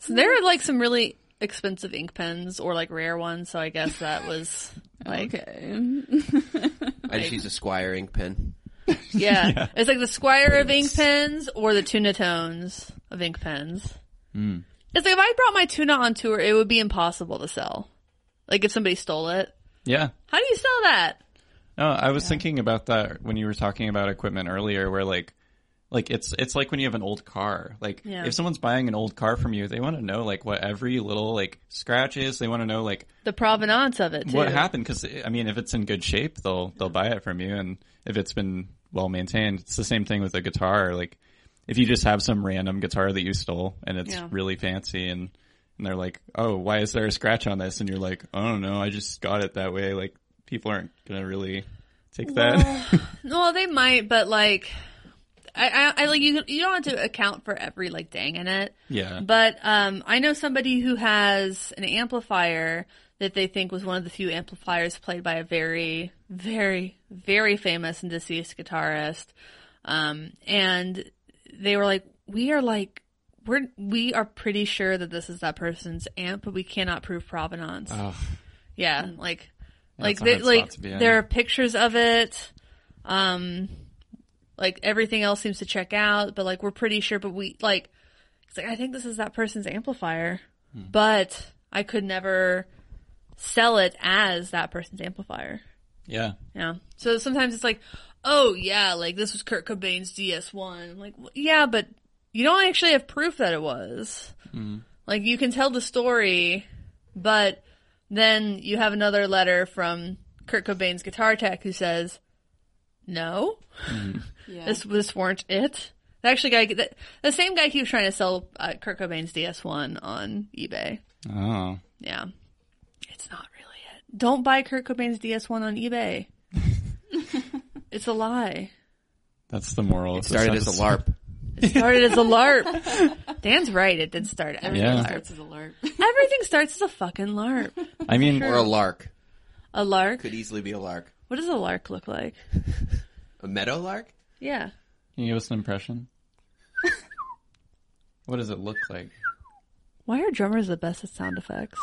Speaker 1: So there are like some really expensive ink pens or like rare ones. So I guess that
Speaker 3: [LAUGHS]
Speaker 1: was like
Speaker 3: Oh, Okay.
Speaker 4: I just use a Squire ink pen.
Speaker 2: [LAUGHS]
Speaker 1: yeah. it's like the Squire of ink pens or the Tuna Tones of ink pens.
Speaker 2: Hmm.
Speaker 1: It's like if I brought my tuna on tour, it would be impossible to sell. Like if somebody stole it,
Speaker 2: Yeah.
Speaker 1: how do you sell that?
Speaker 2: No, I was thinking about that when you were talking about equipment earlier, where like, like it's it's like when you have an old car. Like
Speaker 1: Yeah.
Speaker 2: if someone's buying an old car from you, they want to know like what every little like scratch is. They want to know like
Speaker 1: The provenance of it. Too.
Speaker 2: what happened because I mean, if it's in good shape, they'll they'll buy it from you, and if it's been well maintained, it's the same thing with a guitar. Like if you just have some random guitar that you stole and it's
Speaker 1: Yeah.
Speaker 2: really fancy and. And they're like, "Oh, why is there a scratch on this?" And you're like, "I don't know. I just got it that way. Like, people aren't gonna really take that."
Speaker 1: Well, they might, but like, I, I, I like you. You don't have to account for every like dang in it.
Speaker 2: [LAUGHS] Yeah.
Speaker 1: But um, I know somebody who has an amplifier that they think was one of the few amplifiers played by a very, very, very famous and deceased guitarist. Um, and they were like, "We are like." We're, we are pretty sure that this is that person's amp, but we cannot prove provenance. Yeah, like, like,
Speaker 2: Mm. it's a
Speaker 1: they,
Speaker 2: hard
Speaker 1: like
Speaker 2: spot to be in.
Speaker 1: there are pictures of it. Um, like everything else seems to check out, but like we're pretty sure. But we like, it's like I think this is that person's amplifier,
Speaker 2: Hmm.
Speaker 1: but I could never sell it as that person's amplifier.
Speaker 2: yeah.
Speaker 1: Yeah. So sometimes it's like, oh yeah, like this was Kurt Cobain's DS1. Like w- yeah, but you don't actually have proof that it was. Like you can tell the story, but then you have another letter from Kurt Cobain's guitar tech who says, no, [LAUGHS]
Speaker 3: Yeah.
Speaker 1: this this weren't it. The actually guy the, the same guy keeps trying to sell uh, Kurt Cobain's DS1 on eBay.
Speaker 2: Oh.
Speaker 1: Yeah. It's not really it. Don't buy Kurt Cobain's DS1 on eBay. it's a lie.
Speaker 2: That's the moral. of
Speaker 4: It started
Speaker 2: this
Speaker 4: as a
Speaker 2: episode.
Speaker 4: LARP.
Speaker 1: It started as a LARP. Dan's right. It did start as
Speaker 2: Yeah.
Speaker 1: a LARP.
Speaker 3: Starts as a [LAUGHS] LARP.
Speaker 1: Everything starts as a fucking LARP.
Speaker 2: I mean,
Speaker 4: Or a lark.
Speaker 1: A lark?
Speaker 4: Could easily be a lark.
Speaker 1: What does a lark look like?
Speaker 4: A meadow lark?
Speaker 1: Yeah.
Speaker 2: can you give us
Speaker 1: [LAUGHS]
Speaker 2: an impression? what does it look like?
Speaker 1: Why are drummers the best at sound effects?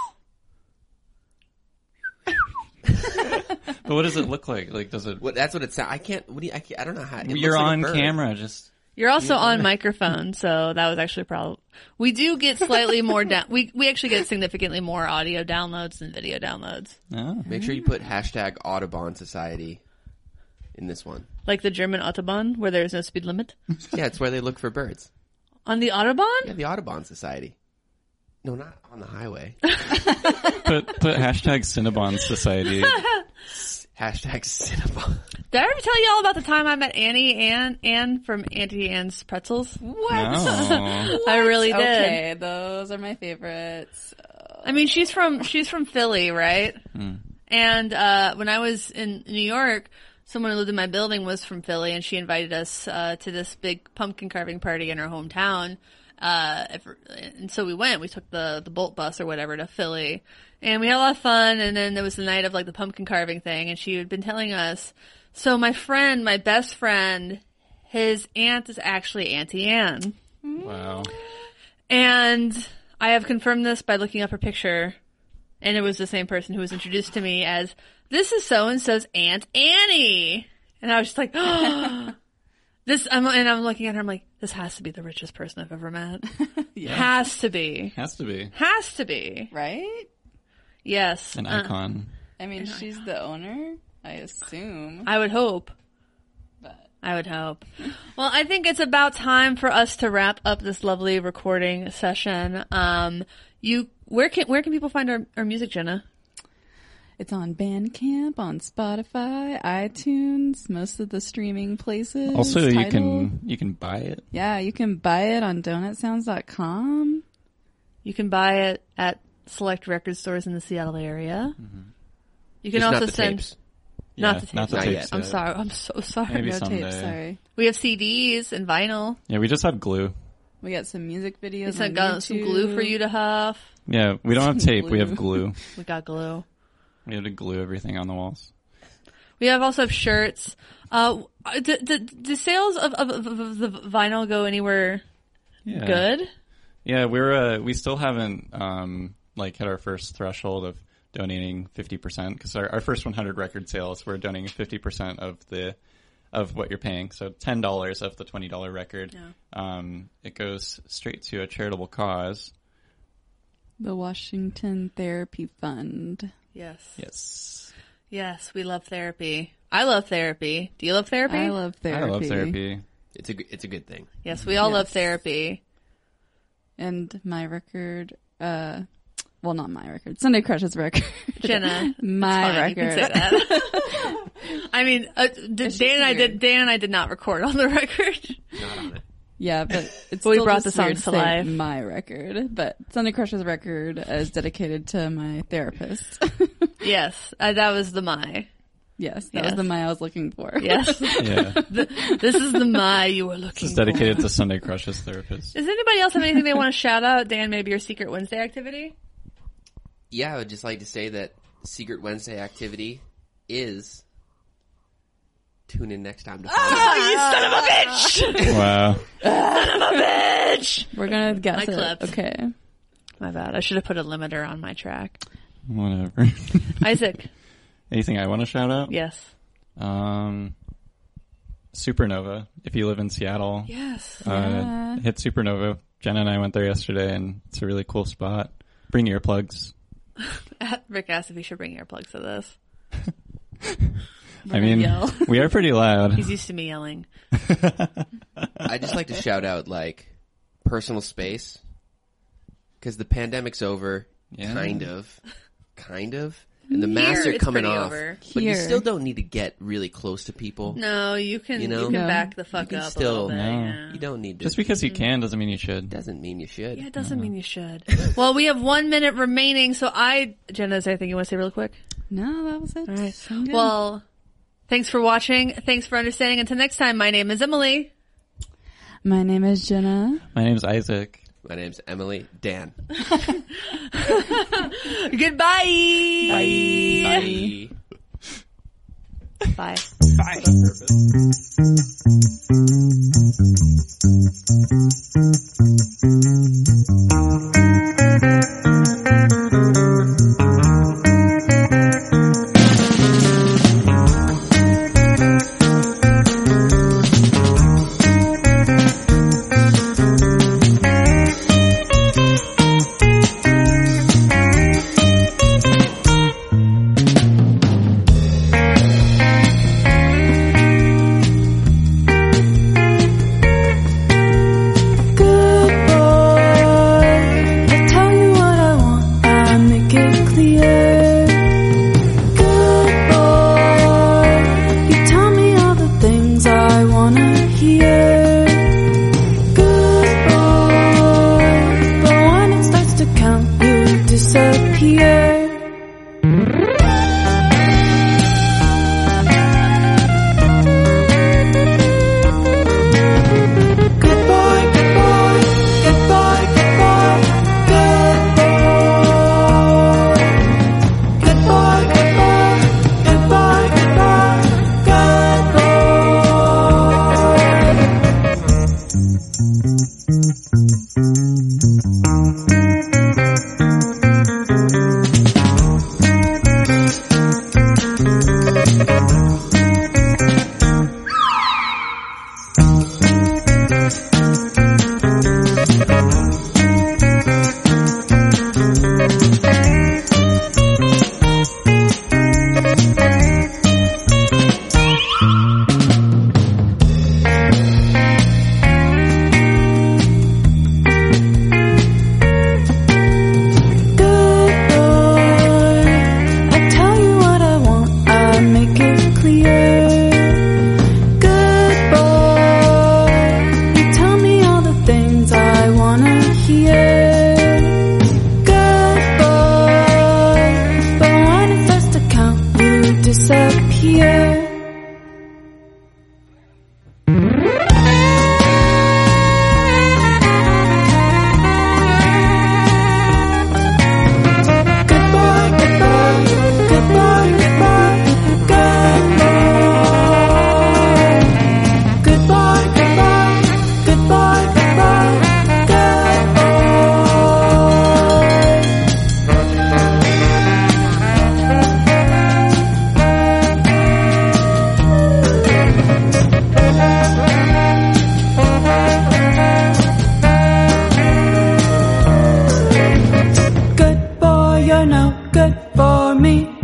Speaker 2: But what does it look like? Like, does it?
Speaker 4: What? That's what it sounds. I can't. What do you? I, can't, I don't know how. It looks
Speaker 2: you're
Speaker 4: like a
Speaker 2: on
Speaker 4: bird.
Speaker 2: camera. Just
Speaker 1: You're also on microphone, so that was actually a problem. We do get slightly more down. we we actually get significantly more audio downloads than video downloads.
Speaker 2: oh.
Speaker 4: Make sure you put hashtag Audubon Society in this one.
Speaker 1: Like the German autobahn, where there is no speed limit.
Speaker 4: Yeah, it's where they look for birds.
Speaker 1: On the autobahn,
Speaker 4: Yeah, the Audubon Society. No, not on
Speaker 1: [LAUGHS]
Speaker 4: the highway.
Speaker 2: put put hashtag Cinnabon Society.
Speaker 4: hashtag Cinnabon.
Speaker 1: Did I ever tell you all about the time I met Annie Ann Ann from Auntie Anne's Pretzels?
Speaker 2: No.
Speaker 1: I really did.
Speaker 3: Okay, those are my favorites.
Speaker 1: I mean, she's from she's from Philly, right? And uh, when I was in New York, someone who lived in my building was from Philly, and she invited us uh, to this big pumpkin carving party in her hometown. Uh, if- and so we went. We took the the Bolt bus or whatever to Philly, and we had a lot of fun. And then there was the night of like the pumpkin carving thing, and she had been telling us. So my friend, my best friend, his aunt is actually Auntie Anne.
Speaker 2: Wow.
Speaker 1: And I have confirmed this by looking up her picture, and it was the same person who was introduced to me as this is so and so's Aunt Annie. And I was just like, [GASPS] this. I'm, and I'm looking at her. I'm like, this has to be the richest person I've ever
Speaker 2: [LAUGHS]
Speaker 1: met. Has to be.
Speaker 2: Has to be
Speaker 1: Has to be.
Speaker 3: Right?
Speaker 1: Yes.
Speaker 2: an
Speaker 1: Uh,
Speaker 2: icon.
Speaker 3: I mean, she's the owner, I assume.
Speaker 1: I would hope.
Speaker 3: But
Speaker 1: I would hope. Well, I think it's about time for us to wrap up this lovely recording session. Um, you, where can where can people find our, our music, Jenna?
Speaker 3: It's on Bandcamp, on Spotify, iTunes, most of the streaming places.
Speaker 2: Also, you
Speaker 3: Tidal.
Speaker 2: can you can buy it.
Speaker 3: Yeah, you can buy it on donutsounds.com.
Speaker 1: You can buy it at select record stores in the Seattle area.
Speaker 2: Mm-hmm.
Speaker 1: You can
Speaker 4: Just
Speaker 1: also
Speaker 4: not the
Speaker 1: send.
Speaker 4: tapes.
Speaker 1: Not
Speaker 2: yeah,
Speaker 1: the
Speaker 2: not the
Speaker 4: tapes. Not
Speaker 2: tapes.
Speaker 4: yet.
Speaker 1: I'm
Speaker 2: yet.
Speaker 1: sorry. I'm so [LAUGHS] sorry.
Speaker 2: Maybe
Speaker 1: no
Speaker 2: someday.
Speaker 1: tapes.
Speaker 3: Sorry.
Speaker 1: We have CDs and vinyl.
Speaker 2: Yeah, we just have glue.
Speaker 3: We got some music videos.
Speaker 1: We
Speaker 3: on
Speaker 1: sent got some
Speaker 3: YouTube.
Speaker 1: glue for you to huff.
Speaker 2: Yeah, we don't have tape. We have glue.
Speaker 1: We got glue.
Speaker 2: We have to glue everything on the walls.
Speaker 1: We have also have shirts. Uh, the, the, the sales of, of, of, of the vinyl go anywhere
Speaker 2: Yeah.
Speaker 1: good?
Speaker 2: Yeah, we're uh, we still haven't um, like hit our first threshold of donating fifty percent because our, our first one hundred record sales we're donating fifty percent of the of what you're paying, so ten dollars of the twenty dollar record. Um, it goes straight to a charitable cause.
Speaker 3: The Washington Therapy Fund.
Speaker 1: Yes.
Speaker 2: Yes,
Speaker 1: Yes, we love therapy. I love therapy. Do you love therapy?
Speaker 3: I love therapy.
Speaker 2: I love therapy.
Speaker 4: It's a g- it's a good thing.
Speaker 1: yes, we all love
Speaker 3: Yes.
Speaker 1: therapy.
Speaker 3: And my record, uh, well, not my record. Sunday Crush's record.
Speaker 1: [LAUGHS] Jenna,
Speaker 3: my
Speaker 1: Fine, you
Speaker 3: record.
Speaker 1: can say [LAUGHS] that. I mean, uh, d- Dan and I did.
Speaker 3: weird.
Speaker 1: Dan and I did not record on the [LAUGHS] record.
Speaker 4: Not on it.
Speaker 3: Yeah, but
Speaker 1: [LAUGHS]
Speaker 3: it's
Speaker 1: But we
Speaker 3: still
Speaker 1: brought
Speaker 3: just
Speaker 1: the
Speaker 3: weird
Speaker 1: songs
Speaker 3: to
Speaker 1: to
Speaker 3: say
Speaker 1: life.
Speaker 3: My record, but Sunday Crush's record is dedicated to my therapist. [LAUGHS]
Speaker 1: yes, uh, that was the my.
Speaker 3: yes, that
Speaker 1: Yes.
Speaker 3: was the my I was looking for.
Speaker 1: [LAUGHS] Yes,
Speaker 2: Yeah, [LAUGHS]
Speaker 1: this is the my you were looking.
Speaker 2: this is dedicated to Sunday Crush's therapist.
Speaker 1: [LAUGHS] Does anybody else have anything they want to shout out? Dan, maybe your Secret Wednesday activity.
Speaker 4: Yeah, I would just like to say that Secret Wednesday activity is tune in next time to find
Speaker 1: Ah!
Speaker 4: out.
Speaker 2: Wow.
Speaker 3: [LAUGHS] We're gonna guess
Speaker 1: My
Speaker 3: it.
Speaker 1: clip.
Speaker 3: Okay.
Speaker 1: My bad. I should have put a limiter on my track.
Speaker 2: Whatever. [LAUGHS]
Speaker 1: Isaac.
Speaker 2: Anything I want to shout out?
Speaker 1: Yes.
Speaker 2: Um, Supernova. If you live in Seattle,
Speaker 1: Yes.
Speaker 2: Uh, hit Supernova. Jenna and I went there yesterday, and it's a really cool spot. Bring earplugs.
Speaker 1: [LAUGHS] Rick asked if he should bring earplugs to this.
Speaker 2: I mean,
Speaker 3: yell.
Speaker 2: [LAUGHS] we are pretty loud.
Speaker 1: He's used to me yelling.
Speaker 4: I just like to shout out like personal space because the pandemic's over,
Speaker 2: Yeah.
Speaker 4: kind of, kind of, and the masks
Speaker 1: Here,
Speaker 4: are
Speaker 1: it's
Speaker 4: coming
Speaker 1: pretty
Speaker 4: off.
Speaker 1: over.
Speaker 4: But you
Speaker 3: Here.
Speaker 4: still don't need to get really close to people.
Speaker 1: No, you can you,
Speaker 4: You know?
Speaker 1: can
Speaker 4: No.
Speaker 1: back the fuck
Speaker 4: can
Speaker 1: up a little
Speaker 4: still-
Speaker 1: bit.
Speaker 2: No.
Speaker 1: yeah.
Speaker 4: You don't need to.
Speaker 2: Just because you can doesn't mean you should.
Speaker 4: doesn't mean you should.
Speaker 1: Yeah, it doesn't mean you should. well, we have one minute remaining, so I Jenna, is there anything you want to say real quick?
Speaker 3: no, that was it. I'm good.
Speaker 1: Well, thanks for watching. Thanks for understanding. Until next time, my name is Emily.
Speaker 3: my name is Jenna.
Speaker 2: My name's Isaac.
Speaker 4: My name's Emily Dan.
Speaker 1: Goodbye.
Speaker 4: Bye.
Speaker 1: Bye.
Speaker 6: Good boy, I Oh, tell you what I want, I make it clear. Good boy, you tell me all the things I wanna hear. Good boy, but when it starts to count, you disappear. Good boy, good boy, good boy, good boy, good boy. Good boy, good boy, good boy, good boy, good boy. no good for me.